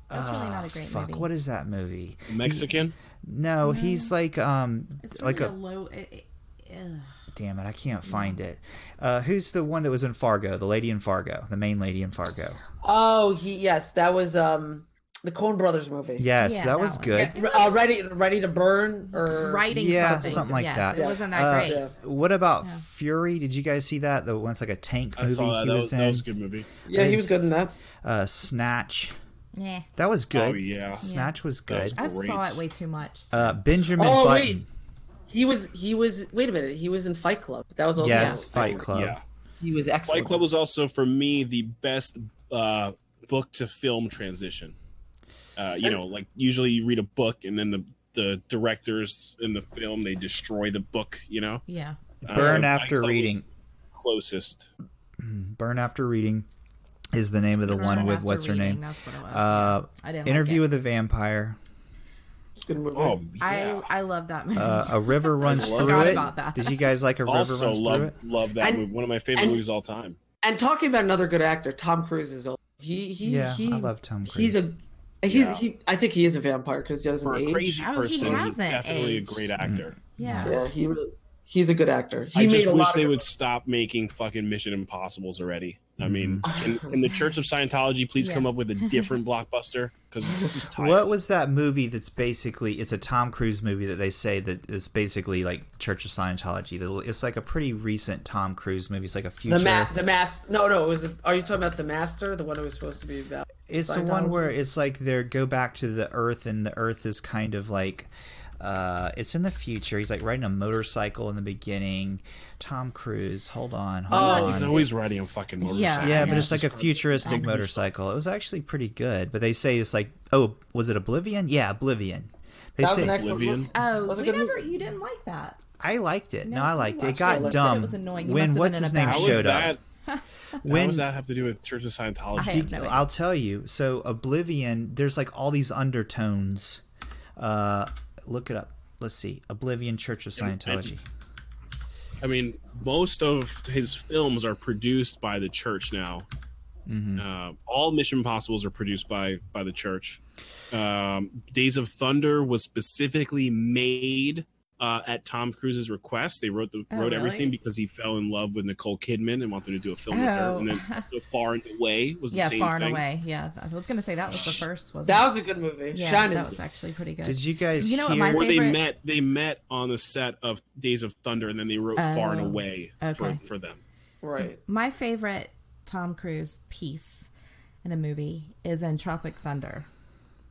D: That's really not a great
C: Ah, fuck,
D: movie.
C: what is that movie?
A: Mexican.
C: No, he's like um
D: It's
C: like
D: really
C: a,
D: a, low. It, it- ugh.
C: damn it, I can't find it. Uh who's the one that was in Fargo? The lady in Fargo, the main lady in Fargo.
B: Oh, he yes, that was um the Coen Brothers movie.
C: Yes,
D: Yeah,
C: that,
D: that
C: was
D: one.
C: good.
B: Uh, ready, ready to burn, or
D: Writing
C: yeah,
D: something.
C: something like
D: yes,
C: that.
D: It wasn't that
C: Uh,
D: great.
B: Yeah.
C: What about Fury? Did you guys see that? The one's like a tank
A: I
C: movie
A: saw that.
C: he
A: That
C: was,
A: was,
C: in.
A: that was a good movie.
B: yeah, he was good in that.
C: uh, Snatch.
D: Yeah.
C: That was good.
A: Oh yeah.
C: Snatch was
A: That was
C: good.
D: I
A: Great.
D: saw it way too much. so-
C: Uh, Benjamin
B: Oh
C: Button.
B: wait, he was he was wait a minute, he was in Fight Club. That was also
C: Yes,
D: Yeah.
C: Fight Club.
A: Yeah.
B: he was excellent.
A: Fight Club was also for me the best uh, book to film transition. Uh, you know, like usually you read a book and then the the directors in the film they destroy the book. You know,
D: yeah.
A: Uh,
C: Burn
A: Fight
C: After
A: Club was
C: Reading.
A: closest.
C: Burn After Reading is the name of the
D: Burn
C: one with
D: After
C: what's her
D: Reading,
C: name?
D: That's what it was.
C: Uh,
D: I didn't.
C: Interview
D: Like
C: with a Vampire.
B: Good movie.
A: Oh yeah.
D: it. I I love that movie.
C: Uh, a River Runs
A: love
C: Through
D: forgot
C: It.
D: about that.
C: Did you guys like A River
A: also
C: Runs Through
A: love
C: It?
A: love that
B: And-
A: movie. One of my favorite
B: and-
A: movies of all time.
B: And talking about another good actor, Tom Cruise is old. He he
C: Yeah,
B: he,
C: I love Tom Cruise.
B: He's a he's
A: Yeah.
B: he. I think he is a vampire because he doesn't
A: For a
B: age.
A: crazy
D: Oh, he
A: person, he's
D: hasn't
A: definitely
D: aged.
A: a
C: Mm.
A: great actor.
D: yeah.
B: Yeah, he really, he's a good actor. He
A: I
B: made
A: just
B: a
A: wish
B: lot.
A: they
B: of,
A: would stop making fucking Mission Impossibles already.
C: Mm-hmm.
A: I mean, can, can the Church of Scientology please
D: Yeah.
A: come up with a different blockbuster? Because it's just tired.
C: What was that movie that's basically it's a Tom Cruise movie that they say that is basically like Church of Scientology. The- It's like a pretty recent Tom Cruise movie. It's like a future.
B: the ma- the master. No, no. It was. Are you talking about the master? The one it was supposed to be about.
C: it's the one where it's like they go back to the Earth and the Earth is kind of like uh, it's in the future. He's like riding a motorcycle in the beginning. Tom Cruise, hold on, hold
B: Oh,
C: on.
A: He's always riding a fucking motorcycle.
D: Yeah.
C: Yeah,
D: I
C: but
D: know.
C: it's like a futuristic motorcycle. It was actually pretty good, but they say it's like, oh, was it Oblivion? Yeah, Oblivion. They
B: That was an
C: say
B: excellent.
A: Oblivion.
D: Oh,
B: was a
D: we
B: good
D: never.
B: movie.
D: You didn't like that.
C: I liked it. No,
D: No,
C: I
D: you
C: liked it. It
D: watched
C: got
D: it. You said it
C: dumb.
D: was annoying. You must
C: When
D: have
C: what's
D: been in
C: his
D: a
C: name
D: bad
A: How is
C: showed
A: that?
C: up?
A: How
C: When
A: does that have to do with Church of Scientology?
D: I
C: Be-
D: have no idea.
C: I'll tell you. So Oblivion, there's like all these undertones. Uh, look it up. Let's see. Oblivion Church of Scientology.
A: I mean, most of his films are produced by the church now. Uh, all Mission Impossibles are produced by by the church. Um, Days of Thunder was specifically made uh, at Tom Cruise's request. They wrote the
D: Oh,
A: wrote
D: really?
A: everything because he fell in love with Nicole Kidman and wanted to do a film with her.
D: Oh.
A: And then also Far and Away was the
D: Yeah,
A: same
D: far and
A: thing.
D: away. Yeah, I was gonna say that was the first, wasn't
B: That
D: it?
B: was a good movie.
D: yeah,
B: Shannon.
D: that was actually pretty good.
C: Did you guys
D: You know what
C: hear?
D: my
A: Where
D: favorite-
A: they met, they met on the set of Days of Thunder, and then they wrote Far and
D: Oh,
A: Away for,
D: okay.
A: for them.
B: right.
D: My favorite Tom Cruise piece in a movie is in Tropic Thunder.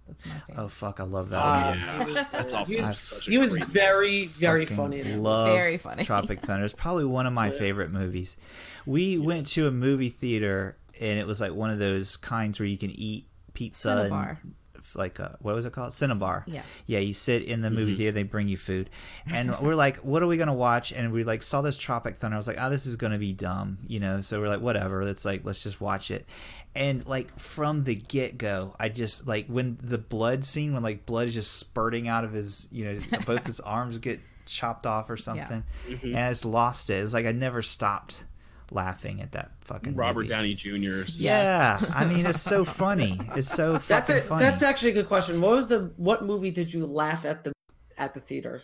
D: That's my favorite.
C: oh fuck! I love that.
B: Uh,
C: one.
B: he was-
A: That's also
B: He was,
A: Ah, such a
B: he was
A: great
B: very, very
C: Fucking
B: funny.
C: Love
D: Very funny.
C: Tropic Thunder. It's probably one of my favorite movies. We went to a movie theater and it was like one of those kinds where you can eat pizza
D: Cinnabar.
C: and f- like a, what was it called? Cinnabar.
D: Yeah.
C: Yeah, you sit in the movie theater, they bring you food. And we're like, what are we gonna watch? And we like saw this Tropic Thunder. I was like, oh, this is gonna be dumb, you know. So we're like, whatever, let's like let's just watch it. And like from the get go, I just like when the blood scene when like blood is just spurting out of his you know, both his arms get chopped off or something.
B: Mm-hmm.
C: And I just lost it. It's like I never stopped laughing at that fucking
A: Robert
C: movie.
A: Downey Jr.'s.
C: Yeah,
D: Yes.
C: I mean it's so funny. It's so fucking
B: That's a,
C: funny.
B: that's actually a good question. What was the what movie did you laugh at the at the theater?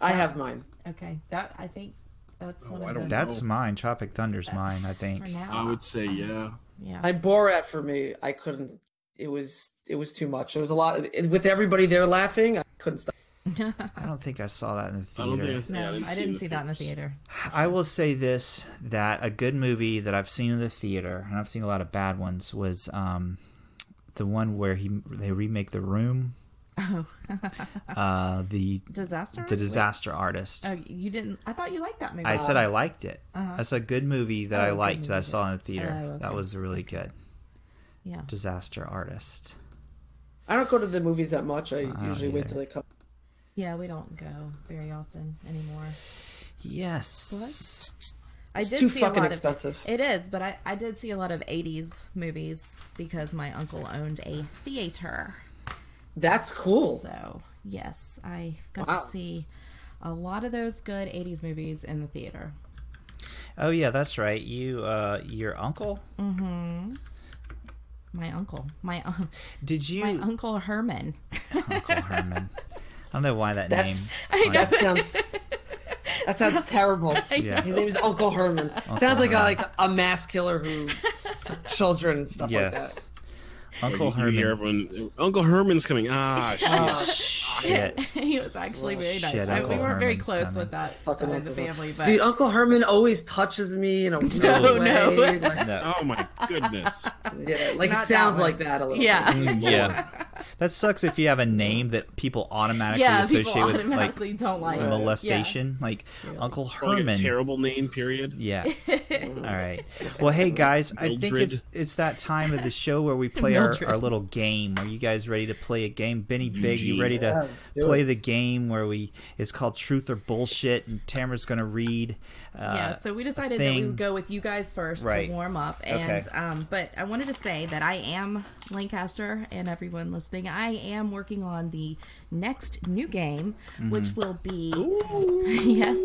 B: I have mine.
C: Oh.
D: Okay, that I think that's one
A: I
D: of
A: don't-
D: the
B: oh.
C: That's mine. Tropic Thunder's mine, I think.
D: for now.
A: I would say yeah.
D: yeah.
B: I Borat for me. I couldn't. It was it was too much. It was a lot it, with everybody there laughing. I couldn't stop.
C: I don't think I saw that in the
A: I don't
C: theater.
A: think I,
D: no,
A: yeah,
D: I didn't,
A: it
D: see that in the theater.
C: I will say this that a good movie that I've seen in the theater, and I've seen a lot of bad ones, was um, the one where he they remake The Room. Oh. uh, the
D: Disaster.
C: the
D: Artist?
C: Disaster Artist.
D: Oh, you didn't. I thought you liked that movie.
C: I said I liked it. That's a good movie that I
D: Oh, good
C: liked that I
D: movie.
C: saw in the theater.
D: Oh,
C: That
D: okay.
C: was really good.
D: Yeah.
C: Disaster Artist. Oh,
B: I don't go to the movies that much. I usually wait
C: either.
B: till they come.
D: Yeah, we don't go very often anymore.
C: Yes.
D: I
B: It's
D: did
B: too
D: see
B: fucking
D: a lot
B: expensive.
D: Of, it is, but I, I did see a lot of 80s movies because my uncle owned a theater.
B: That's cool.
D: So, yes, I got
B: Wow.
D: to see a lot of those good 80s movies in the theater.
C: Oh yeah, that's right. You, uh, your uncle.
D: My uncle. My, un-
C: Did you
D: my uncle Herman.
C: Uncle Herman? I don't know why that
B: That's-
C: name. like,
B: That sounds that sounds terrible.
C: Yeah.
B: His name is Uncle Herman. sounds like a, like a mass killer who took children and stuff
C: yes. Uncle
A: You,
C: Herman.
A: you hear everyone. Uncle Herman's coming. Ah, shit.
B: like
D: Oh,
B: that.
C: Shit.
D: he was actually very nice.
C: shit,
D: I- we
C: Uncle
D: weren't very
C: Herman's
D: close
C: kinda-
D: with that
B: Fucking
D: side of the
B: Uncle Herman.
D: family, but
B: Dude, Uncle Herman always touches me in a weird
D: No,
B: way.
D: no.
B: Like,
C: No.
A: Oh my goodness.
B: yeah, like
D: Not that
B: it sounds
D: one.
B: like that a little.
D: yeah.
A: Oh,
C: Yeah. That sucks if you have a name that people automatically
D: yeah, people
C: associate with like
D: automatically don't like it.
C: molestation, like Uncle
A: Like a
C: Herman.
A: terrible name. Period.
C: Yeah. All right. Well, hey guys, I think
A: Mildred.
C: it's it's that time of the show where we play our,
D: Mildred.
C: our little game. Are you guys ready to play a game? Benny Big, you
A: Eugene.
C: ready
B: Yeah,
C: to
B: let's do
C: play
B: it.
C: the game where we it's called Truth or Bullshit and Tamara's going to read uh,
D: yeah so we
C: a
D: decided that we
C: thing.
D: would go with you guys first
C: Right.
D: to warm up and
C: Okay.
D: um, but i wanted to say that i am lancaster and everyone listening i am working on the next new game
C: Mm-hmm.
D: which will be yes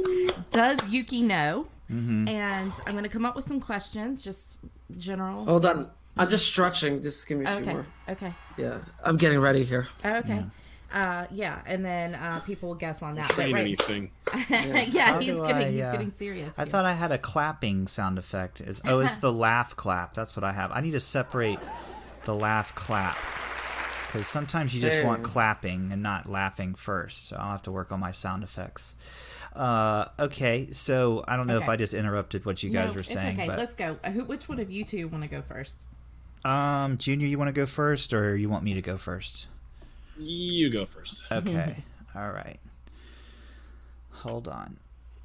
D: does yuki know
C: Mm-hmm.
D: and i'm going to come up with some questions just general
C: Oh,
B: Hold on. I'm just stretching. Just give me a few
D: okay
B: more.
D: okay
B: Yeah, I'm getting ready here.
D: okay uh, yeah and then uh, people will guess on that but
A: Saying
D: right
A: anything.
D: yeah
C: How
D: he's
C: do
D: getting
C: I,
D: he's
C: uh,
D: getting serious
C: I
D: here.
C: thought I had a clapping sound effect. Is oh, it's the laugh clap. That's what I have. I need to separate the laugh clap because sometimes you just want
B: There.
C: clapping and not laughing first. So I'll have to work on my sound effects. Uh, okay, so I don't know if
D: Okay.
C: I just interrupted what you guys
D: No,
C: were saying,
D: it's okay
C: but
D: let's go Uh, who, which one of you two want to go first
C: um, Junior, you want to go first, or you want me to go first?
A: You go first.
C: Okay. All right. Hold on.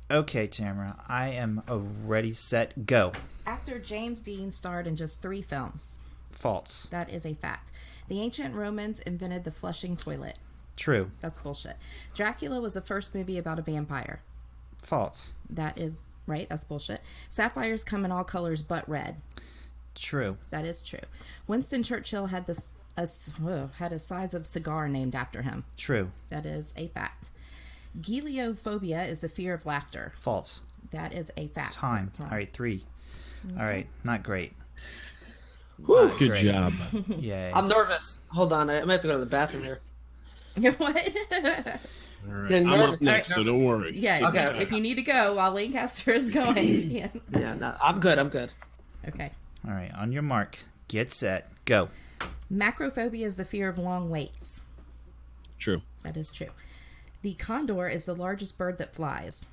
C: Okay, Tamara, I am a ready, set, go.
D: Actor James Dean starred in just three films.
C: False.
D: That is a fact. The ancient Romans invented the flushing toilet.
C: True.
D: That's bullshit. Dracula was the first movie about a vampire.
C: False.
D: That is right. That's bullshit. Sapphires come in all colors but red.
C: True.
D: That is true. Winston Churchill had this a, s- whoa, had a size of cigar named after him.
C: True.
D: That is a fact. Geliophobia is the fear of laughter.
C: False.
D: That is a fact.
C: Time.
D: It's
C: All
D: wrong.
C: right, three. All right, not great.
A: Good
C: Great.
A: job.
C: Yay.
B: I'm nervous. Hold on. I I might have to go to the bathroom here.
D: what?
A: All right.
B: Getting
A: I'm up
B: nervous.
A: next, so don't worry.
D: Yeah,
B: Okay,
D: if-
B: okay.
D: if you need to go while Lancaster is going, you can.
B: Yeah, no, I'm good. I'm good.
D: Okay.
C: All right, on your mark, get set, go.
D: Macrophobia is the fear of long waits.
A: True.
D: That is true. The condor is the largest bird that flies.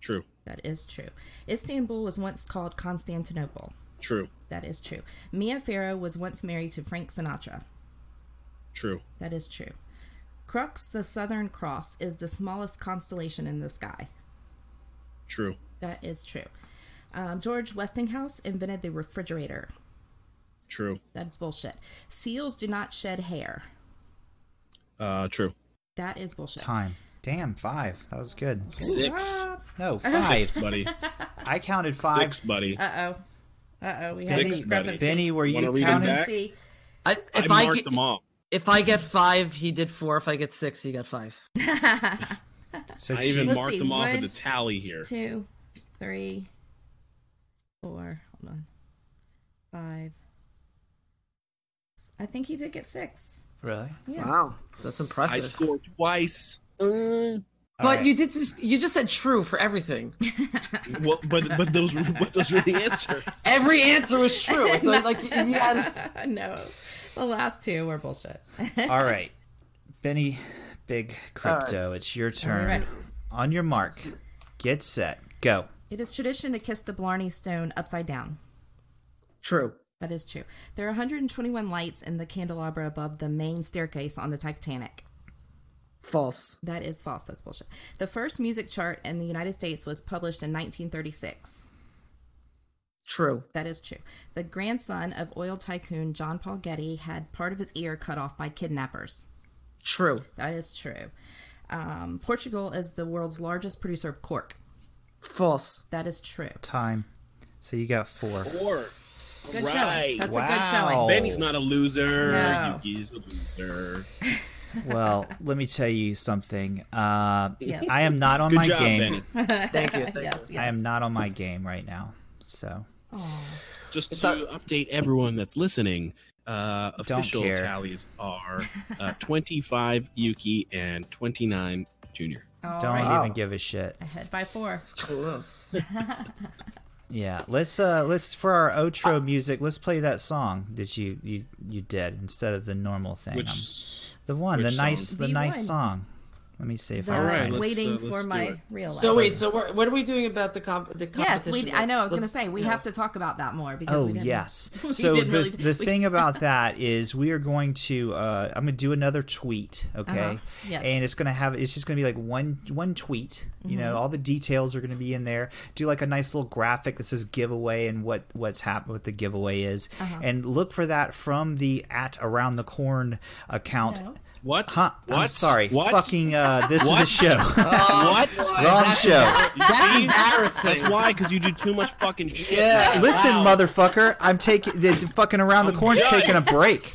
A: True.
D: That is true. Istanbul was once called Constantinople.
A: True.
D: That is true. Mia Farrow was once married to Frank Sinatra.
A: True.
D: That is true. Crux, the Southern Cross, is the smallest constellation in the sky.
A: True.
D: That is true. Um, George Westinghouse invented the refrigerator.
A: True.
D: That's bullshit. Seals do not shed hair.
A: Uh, true.
D: That is bullshit.
C: Time. Damn, five. That was good.
A: Six.
C: No, five.
A: Buddy.
C: I counted five.
A: Six, buddy.
D: Uh oh. Uh oh. We have a
A: Six,
D: discrepancy.
C: Benny, were
A: Wanna
C: you
A: read it
C: counting?
A: back?
D: Discrepancy.
B: I,
A: I
B: if I,
A: marked
B: get,
A: them all.
B: if I get five, he did four. If I get six, he got five.
C: So
A: I even
D: Let's
A: marked
D: see,
A: them off at
D: one,
A: the tally here.
D: two, three, four. Hold on. Five. I think he did get six.
C: Really?
D: Yeah.
B: Wow, that's impressive.
A: I scored twice.
B: but
C: Alright.
B: you did just, you just said true for everything.
A: well, but but those were- but those were the answers.
B: Every answer was true. So like, you had,
D: no, the last two were bullshit.
C: All right. Benny, big crypto, it's your turn.
D: ready.
C: On your mark, get set, go.
D: it is tradition to kiss the Blarney Stone upside down.
B: true.
D: That is true. There are 121 lights in the candelabra above the main staircase on the Titanic.
B: False.
D: That is false. That's bullshit. The first music chart in the United States was published in 1936.
B: True.
D: That is true. The grandson of oil tycoon John Paul Getty had part of his ear cut off by kidnappers.
B: True.
D: That is true. um, Portugal is the world's largest producer of cork.
B: False.
D: That is true.
C: Time. So you got four.
A: Four.
D: Good
A: right.
D: showing. That's a good
C: Wow.
D: showing.
A: Benny's not a loser.
D: No.
A: Yuki's a loser.
C: Well, let me tell you something. Uh,
D: Yes.
C: I am not on
A: Good
C: my
A: job,
C: game.
A: Benny.
B: Thank you. Thank you.
D: Yes, yes.
C: I am not on my game right now. So
A: Just
B: It's
A: to
B: not-
A: update everyone that's listening, uh, official
C: care.
A: tallies are uh, 25 Yuki and 29 Junior.
D: All
C: don't
D: right.
C: even give a shit.
D: Ahead by four.
B: It's close.
C: Yeah, let's uh let's for our outro music. Let's play that song that you you you did instead of the normal thing.
A: Which,
C: Um, the one, the
A: which
C: nice
A: song?
C: the,
D: The
C: nice
D: one.
C: song. Let me see if I
D: The
C: can
A: right,
C: find it.
A: let's,
D: waiting
A: uh, let's
D: for
A: do
D: my
A: it.
D: real life.
B: So wait, so what, what are we doing about the comp? The
D: yes,
B: competition?
D: we. I know. I was going to
B: Let's-
D: say we
B: you know.
D: have to talk about that more because
C: Oh
D: we didn't.
C: yes.
D: we
C: So the,
D: didn't really-
C: the
D: we-
C: thing about that is we are going to uh, I'm gonna do another tweet, okay?
D: Uh-huh. Yes.
C: And it's gonna have it's just gonna be like one one tweet. You
D: Mm-hmm.
C: know, all the details are gonna be in there. Do like a nice little graphic that says giveaway and what what's happened what the giveaway is,
D: Uh-huh.
C: and look for that from the at around the corn account.
D: No.
A: What?
C: Huh,
A: what?
C: I'm sorry.
A: What?
C: Fucking uh, this is the
A: What?
C: show.
A: What?
C: Wrong show.
B: That's
A: See?
B: embarrassing.
A: That's why, because you do too much fucking shit.
B: Yeah.
A: man.
C: Listen,
A: Wow.
C: motherfucker, I'm taking the the fucking around the corn's
A: done.
C: taking a break.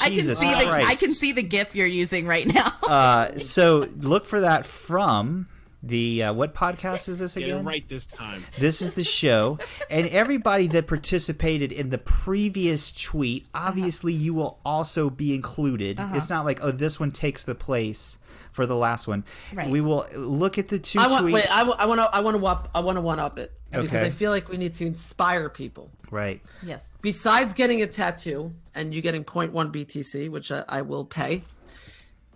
D: I can
C: Jesus
D: see the. I
C: Christ.
D: can see the GIF you're using right now.
C: Uh, so look for that from the uh, what podcast is this
A: Get it
C: again?
A: right this time.
C: This is the show, and everybody that participated in the previous tweet,
B: Uh-huh.
C: obviously you will also be included. It's not like oh this one takes the place for the last one.
D: Right.
C: We will look at the two
B: I want,
C: tweets.
B: wait, I want to, I want to up, I want to one up it because
C: Okay.
B: I feel like we need to inspire people.
C: right.
D: yes.
B: Besides getting a tattoo and you getting 0.1 BTC, which I, I will pay.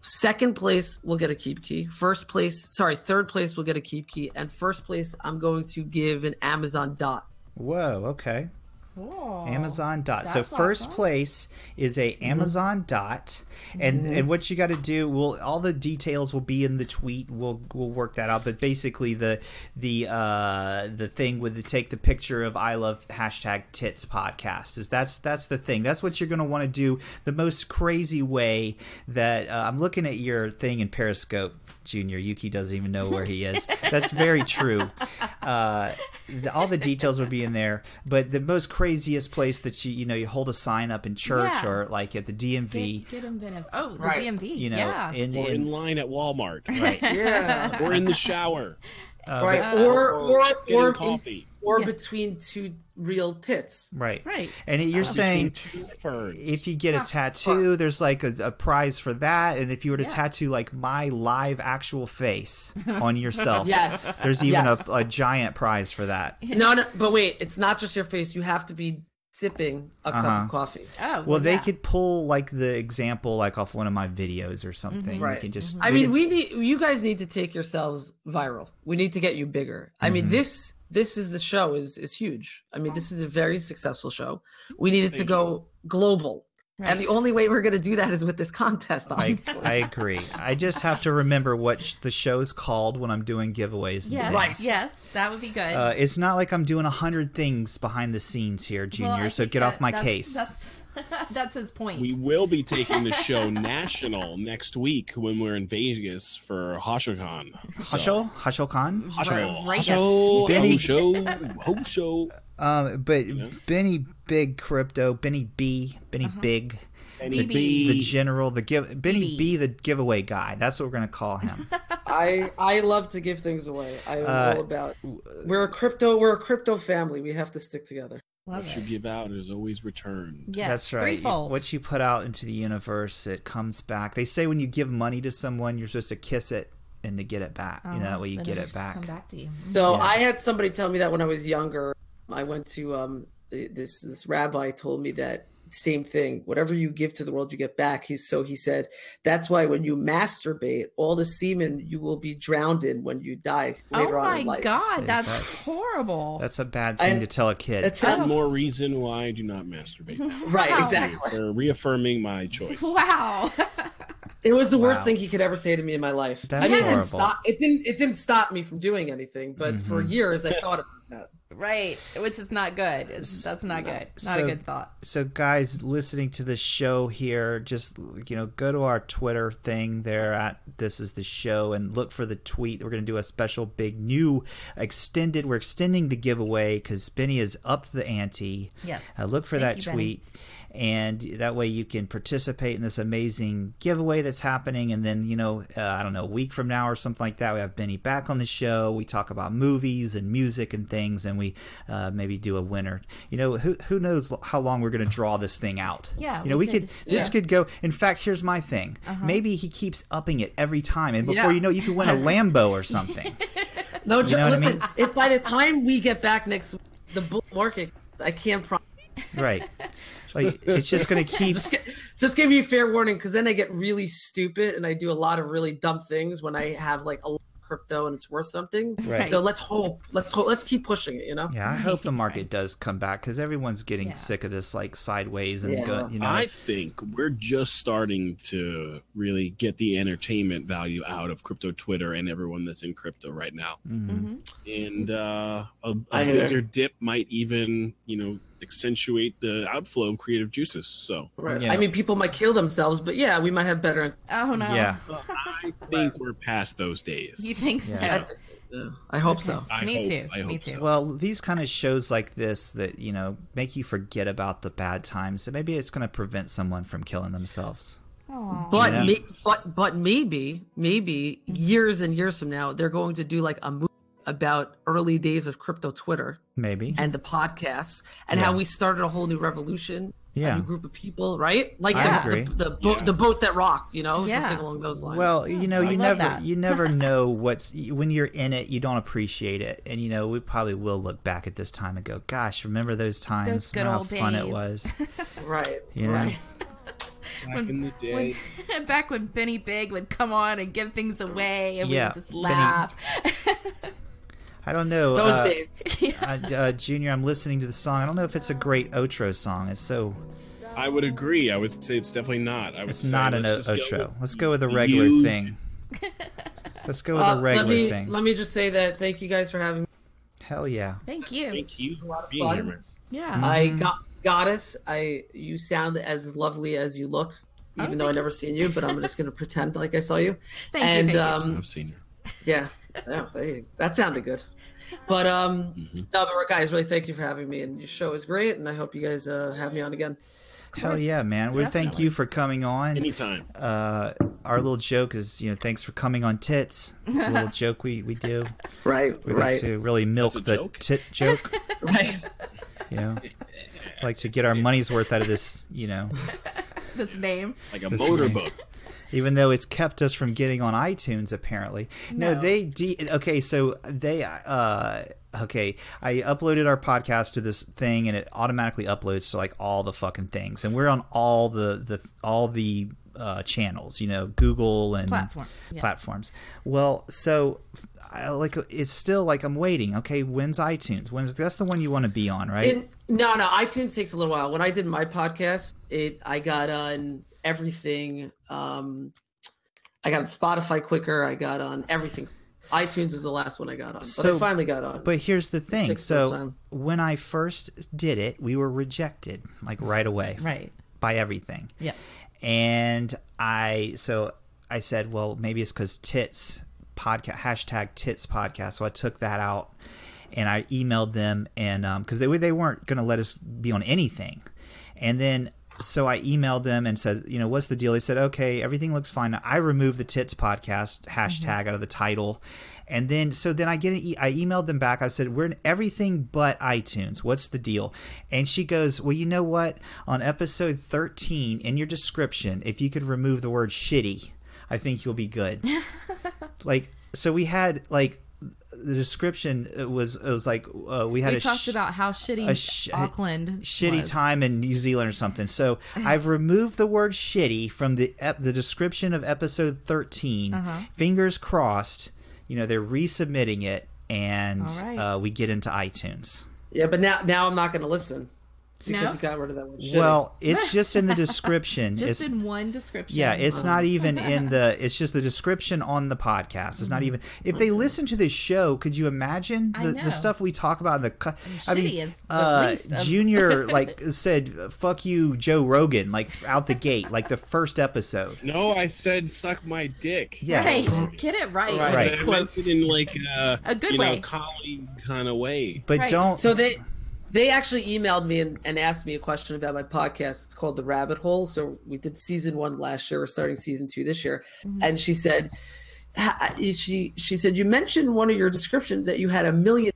B: Second place will get a keep key. First place, sorry, third place will get a keep key, and first place I'm going to give an Amazon dot.
C: Whoa. Okay.
D: Cool.
C: Amazon dot. So
D: That's
C: first
D: awesome.
C: place is a Amazon dot, and and what you got to do will all the details will be in the tweet. We'll we'll work that out. But basically the the uh, the thing with the take the picture of I love hashtag tits podcast is that's that's the thing. That's what you're gonna want to do. The most crazy way that uh, I'm looking at your thing in Periscope. Junior Yuki doesn't even know where he is. That's very true. Uh, the, all the details would be in there, but the most craziest place that you you know you hold a sign up in church
D: Yeah.
C: or like at the DMV,
D: Get, get inventive. Oh, the
B: Right.
D: DMV.
C: you know,
D: yeah.
C: in,
A: Or in
C: in
A: line at Walmart.
C: right,
B: Yeah.
A: or in the shower.
B: right. Or or
A: Oh, Getting
B: or, or,
A: coffee.
D: Uh, Yeah.
B: between two real tits.
C: right,
D: Right.
C: And you're
A: Between
C: saying
A: two ferns.
C: if you get a tattoo, there's like a, a prize for that, and if you were to tattoo like my live actual face on yourself,
B: Yes.
C: there's even
B: Yes.
C: a, a giant prize for that.
B: No, no, but wait, it's not just your face. You have to be sipping a cup
C: Uh-huh.
B: of coffee.
D: oh.
C: Well, they
D: yeah.
C: could pull like the example like off one of my videos or something. You
B: Right.
C: can just
D: Mm-hmm.
B: I mean, we need you guys need to take yourselves viral. We need to get you bigger. I mean, this this is the show is is huge. I mean, this is a very successful show. We needed to go global. And the only way we're going to do that is with this contest.
C: I,
B: On.
D: Oh
C: I agree. I just have to remember what sh- the show's called when I'm doing giveaways. and
D: Yes.
C: things.
D: Yes, that would be good.
C: Uh, it's not like I'm doing a hundred things behind the scenes here, Junior.
D: Well, I
C: so
D: think
C: get
D: that-
C: off my
D: that's-
C: case.
D: That's that's his point.
A: We will be taking the show national next week when we're in Vegas for HashoCon.
C: Hushel, Hushel Khan.
A: Hasho.
D: Right.
A: Hasho.
C: Benny.
A: Hosho. Hosho.
C: Um, but Benny Big Crypto, Benny B, Benny Big,
A: Benny
D: Uh-huh. B.
C: the
A: B.
C: general, the give Benny
D: B.
C: B. the giveaway guy. That's what we're gonna call him.
B: I I love to give things away. I'm all about. We're a crypto. We're a crypto family. We have to stick together.
D: Love
A: What you
D: it.
A: give out is always returned.
D: Yes,
C: That's right.
D: Threefold.
C: What you put out into the universe, it comes back. They say when you give money to someone, you're supposed to kiss it and to get it back. you know, that way you
D: Uh-huh. Then
C: get
D: it'll
C: it back.
D: Oh, Come back to you.
B: So I had somebody tell me that when I was younger. I went to um, this this rabbi told me that same thing. Whatever you give to the world, you get back. He's so he said that's why when you masturbate, all the semen you will be drowned in when you die
D: Oh
B: later on
D: my
B: in life.
D: god, that's,
C: that's-
D: horrible.
C: That's a bad thing
B: I-
C: to tell a kid.
B: That's
D: Oh.
A: One more reason why I do not masturbate.
B: right, exactly.
A: For reaffirming my choice.
D: wow.
B: It was the worst
C: Wow.
B: thing he could ever say to me in my life.
C: That's
B: I mean, it
C: horrible. Mm-hmm.
B: didn't stop. It didn't. It didn't stop me from doing anything. But for years, I thought about that.
D: Right, which is not good. It's, that's not good. Not
C: So-
D: a good thought.
C: so guys listening to the show here just you know go to our twitter thing there at this is the show and look for the tweet we're going to do a special big new extended we're extending the giveaway because benny has upped the ante
D: Yes.
C: uh, look for
D: Thank
C: that
D: you, Benny.
C: tweet and that way you can participate in this amazing giveaway that's happening and then you know uh, i don't know a week from now or something like that we have benny back on the show we talk about movies and music and things and we uh, maybe do a winner you know who, who knows l- how long we're going to draw this thing out
D: Yeah,
C: you know we,
D: we
C: could,
D: could-
C: this
B: Yeah.
C: could go in fact here's my thing maybe he keeps upping it every time and before
B: Yeah.
C: you know it, you could win a lambo or something
B: No, ju-
C: know what I
B: listen.
C: mean?
B: If by the time we get back next, the bull market, I can't promise.
C: right like it's just going to keep
B: Just, gi- just give you fair warning, because then I get really stupid and I do a lot of really dumb things when I have like a lot of crypto and it's worth something.
C: Right.
B: So let's hope. Let's hope. Let's keep pushing it. You know.
C: Yeah, I hope the market does come back because everyone's getting
D: Yeah.
C: sick of this like sideways and
B: Yeah.
C: go, you know.
A: I think we're just starting to really get the entertainment value out of crypto Twitter and everyone that's in crypto right now.
C: Mhm.
D: hmm
A: And uh, a,
B: I
A: a
B: hear.
A: bigger dip might even, you know, accentuate the outflow of creative juices. So
B: Right.
C: Yeah.
B: I mean, people might kill themselves, but yeah, we might have better.
D: Oh no.
C: Yeah,
A: I think we're past those days.
D: You think so?
C: Yeah.
B: I, I hope so.
A: I
D: Me
A: hope-
D: too.
A: I hope
D: Me
A: so.
D: too.
C: well, these kind of shows like this that you know make you forget about the bad times. So maybe it's going to prevent someone from killing themselves.
D: Aw.
B: But
C: Yeah.
B: may, but but maybe maybe years and years from now they're going to do like a movie about early days of crypto Twitter
C: Maybe,
B: and the podcasts and how
C: Yeah.
B: we started a whole new revolution, a
C: yeah.
B: new group of people, right? Like
C: I
B: the,
C: agree.
B: the the, bo-
A: Yeah.
B: the boat that rocked, you know,
D: Yeah.
B: something along those lines.
C: Well, you know,
D: I
C: you never
D: love that.
C: you never know what's when you're in it, you don't appreciate it, and you know we probably will look back at this time and go, "Gosh, remember those times?
D: Those good
C: remember
D: old
C: how fun it
D: days."
C: was."
B: right,
C: You know.
B: right.
A: Back in the day.
D: When, back when Benny Big would come on and give things away, and
C: Yeah,
D: we would just
C: Benny-
D: laugh.
C: I don't know.
B: Those
C: uh,
B: days.
C: uh, uh, Junior, I'm listening to the song. I don't know if it's a great outro song. It's so
A: I would agree. I would say it's definitely not. I would
C: It's
A: say
C: not an o-
A: let's just go
C: outro.
A: with
C: Let's go with a regular
A: you-
C: thing. Let's go with a
B: Uh, let
C: regular
B: me
C: thing.
B: let me just say that thank you guys for having me.
C: Hell yeah.
D: Thank you.
A: Thank you for
B: lot of
A: being
B: fun.
A: here, man.
D: Yeah.
B: I
C: Mm-hmm.
B: got goddess. I you sound as lovely as you look,
D: Oh,
B: even though I never seen you. But I'm just gonna pretend like I saw you.
D: Thank you,
B: and
D: thank you.
B: um,
A: I've seen her.
B: yeah, yeah, there you- that sounded good. But um,
C: Mm-hmm.
B: no, but guys, really thank you for having me, and your show is great, and I hope you guys uh, have me on again.
C: Hell yeah, man. We thank you for coming on.
A: Anytime.
C: Uh, our little joke is, you know, thanks for coming on tits. It's a little joke we, we do.
B: Right,
C: We like
B: right,
C: to really milk
A: That's a
C: the
A: joke?
C: tit joke.
B: right.
C: You know, like to get our money's worth out of this, you know,
D: this name.
A: Like a
C: This
A: motorboat.
C: even though it's kept us from getting on iTunes apparently. No,
D: No.
C: they de- okay, so they uh okay, I uploaded our podcast to this thing and it automatically uploads to like all the fucking things. And we're on all the the all the uh, channels, you know, Google and
D: Platforms, yeah.
C: Platforms. Well, so I, like it's still like I'm waiting. Okay, when's iTunes? When's that's the one you want to be on, right?
B: It, no, no, iTunes takes a little while. When I did my podcast, it I got on everything. Um, I got on Spotify quicker. I got on everything. iTunes was the last one I got on, but
C: So-
B: I finally got on.
C: But here's the thing.
B: Takes some
C: So
B: time.
C: when I first did it, we were rejected like right away
D: Right.
C: by everything.
D: Yeah.
C: And I so I said, well, maybe it's because tits podcast hashtag tits podcast. So I took that out and I emailed them and because they they they weren't going to let us be on anything. And then so I emailed them and said, you know, what's the deal? They said, okay, everything looks fine. I removed the tits podcast hashtag out of the title. And then, so then I get an e- I emailed them back. I said, "We're in everything but iTunes. What's the deal?" And she goes, "Well, you know what? On episode thirteen, in your description, if you could remove the word shitty, I think you'll be good." like, so we had like the description it was it was like uh, we had
D: We
C: a
D: talked
C: sh-
D: about how shitty
C: a sh-
D: Auckland
C: shitty
D: was.
C: time in New Zealand or something. So I've removed the word shitty from the ep- the description of episode 13.
D: Uh-huh.
C: Fingers crossed, you know, they're resubmitting it and
D: All right.
C: uh, we get into iTunes.
B: yeah, but now now I'm not going to listen. because
D: No?
B: you got rid of that one. Should've.
C: Well, it's just in the description.
D: Just
C: it's,
D: in one description.
C: yeah, it's
D: um,
C: not even in the. It's just the description on the podcast. It's not even. If they listen to this show, could you imagine
D: Mm-hmm. I
C: the, the
D: know.
C: stuff we talk about in the? cu- I
D: shitty
C: mean,
D: is the
C: uh,
D: least of-
C: Junior like said, "Fuck you, Joe Rogan!" Like out the gate, like the first episode.
E: No, I said suck my dick.
C: Yes.
D: Right. Get it right.
E: But I
D: with
B: Right.
D: the
E: meant
D: quotes.
E: it in like uh,
D: A good
E: you
D: way.
E: know, colleague kind of way.
C: But
D: Right.
C: don't.
B: So they they actually emailed me and, and asked me a question about my podcast. It's called The Rabbit Hole. So we did season one last year. We're starting season two this year. And she said, ha- she she said you mentioned one of your descriptions that you had a million.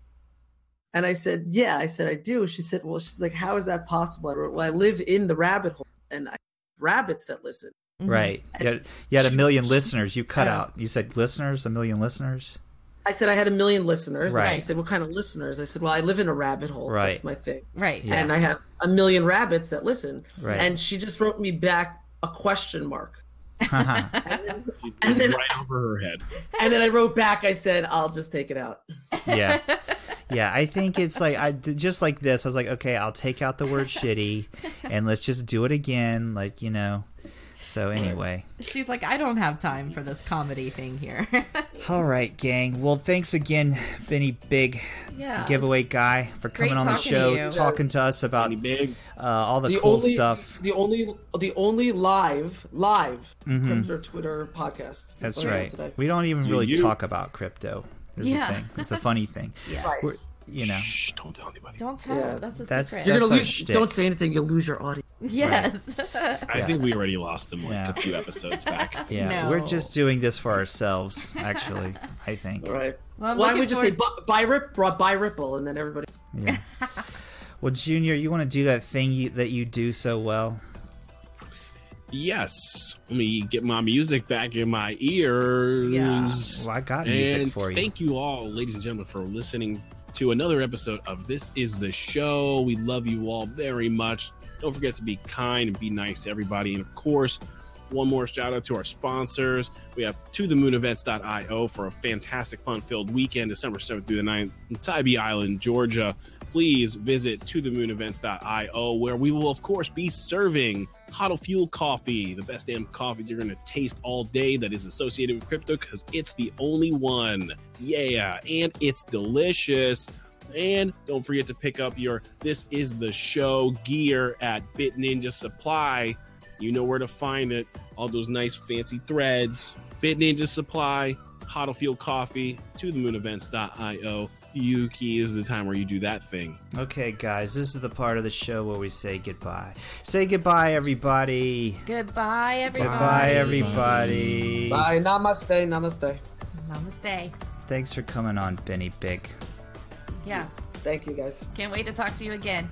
B: And I said, yeah. I said I do. She said, well, she's like, how is that possible? I wrote, well, I live in the rabbit hole, and I rabbits that listen.
C: Right. You had, you had a million listeners. You cut out. You said listeners, a million listeners.
B: I said I had a million listeners. And she
C: Right.
B: said, what kind of listeners? I said, well, I live in a rabbit hole.
C: Right.
B: That's my thing.
D: Right.
C: Yeah.
B: and I have a million rabbits that listen.
C: Right.
B: And she just wrote me back a question mark. And then, and then,
E: right over her head.
B: and then I wrote back, I said, I'll just take it out.
C: yeah yeah i think it's like i just like this i was like okay i'll take out the word shitty and let's just do it again like you know so anyway
D: She's like, I don't have time for this comedy thing here.
C: all right gang well thanks again benny big
D: yeah.
C: giveaway guy for
D: Oh, Great
C: coming on the
D: talking to
C: show
D: you.
C: talking to us about
E: Pretty big.
C: uh, all the,
B: The
C: cool
B: only
C: stuff
B: the only the only live live crypto Twitter podcast.
C: that's
B: going on
C: right
B: today.
C: we don't even
E: Do
C: really
E: you?
C: talk about crypto is
D: Yeah.
C: the thing it's a funny thing
D: Yeah.
B: Right.
C: We're- you know
E: Shh, don't tell anybody.
D: Don't tell.
B: Yeah.
D: That's a
C: That's-
D: secret.
B: You're
C: that's
B: gonna
C: our
B: lose,
C: shtick.
B: don't say anything, you'll lose your audience.
D: yes.
E: I think we already lost them like
C: Yeah.
E: a few episodes back.
C: yeah
D: No.
C: we're just doing this for ourselves actually i think
B: All right.
D: Well, I'm
B: Why don't we
D: looking
B: just say bu- buy rip buy ripple and then everybody
C: Yeah. well, Junior, you want to do that thing you, that you do so well?
E: Yes, let me get my music back in my ears.
D: Yeah.
C: Well, I got music
E: And
C: for you.
E: thank you all, ladies and gentlemen, for listening to another episode of This Is the Show. We love you all very much. Don't forget to be kind and be nice to everybody. And of course, one more shout out to our sponsors. We have to the moon events.io for a fantastic fun filled weekend, December 7th through the 9th in Tybee Island, Georgia. Please visit to the moon events.io where we will, of course, be serving Huddle Fuel Coffee, the best damn coffee you're going to taste all day that is associated with crypto because it's the only one. Yeah. And it's delicious. And don't forget to pick up your This Is the Show gear at Bit Ninja Supply. You know where to find it. All those nice fancy threads. Bit Ninja Supply, Huddle Fuel Coffee, to the moon events.io. Yuki is the time where you do that thing.
C: Okay, guys, this is the part of the show where we say goodbye. Say goodbye, everybody.
D: Goodbye, everybody.
C: Goodbye, everybody.
B: Bye namaste, namaste.
D: Namaste.
C: Thanks for coming on, Benny Big.
D: Yeah.
B: Thank you guys.
D: Can't wait to talk to you again.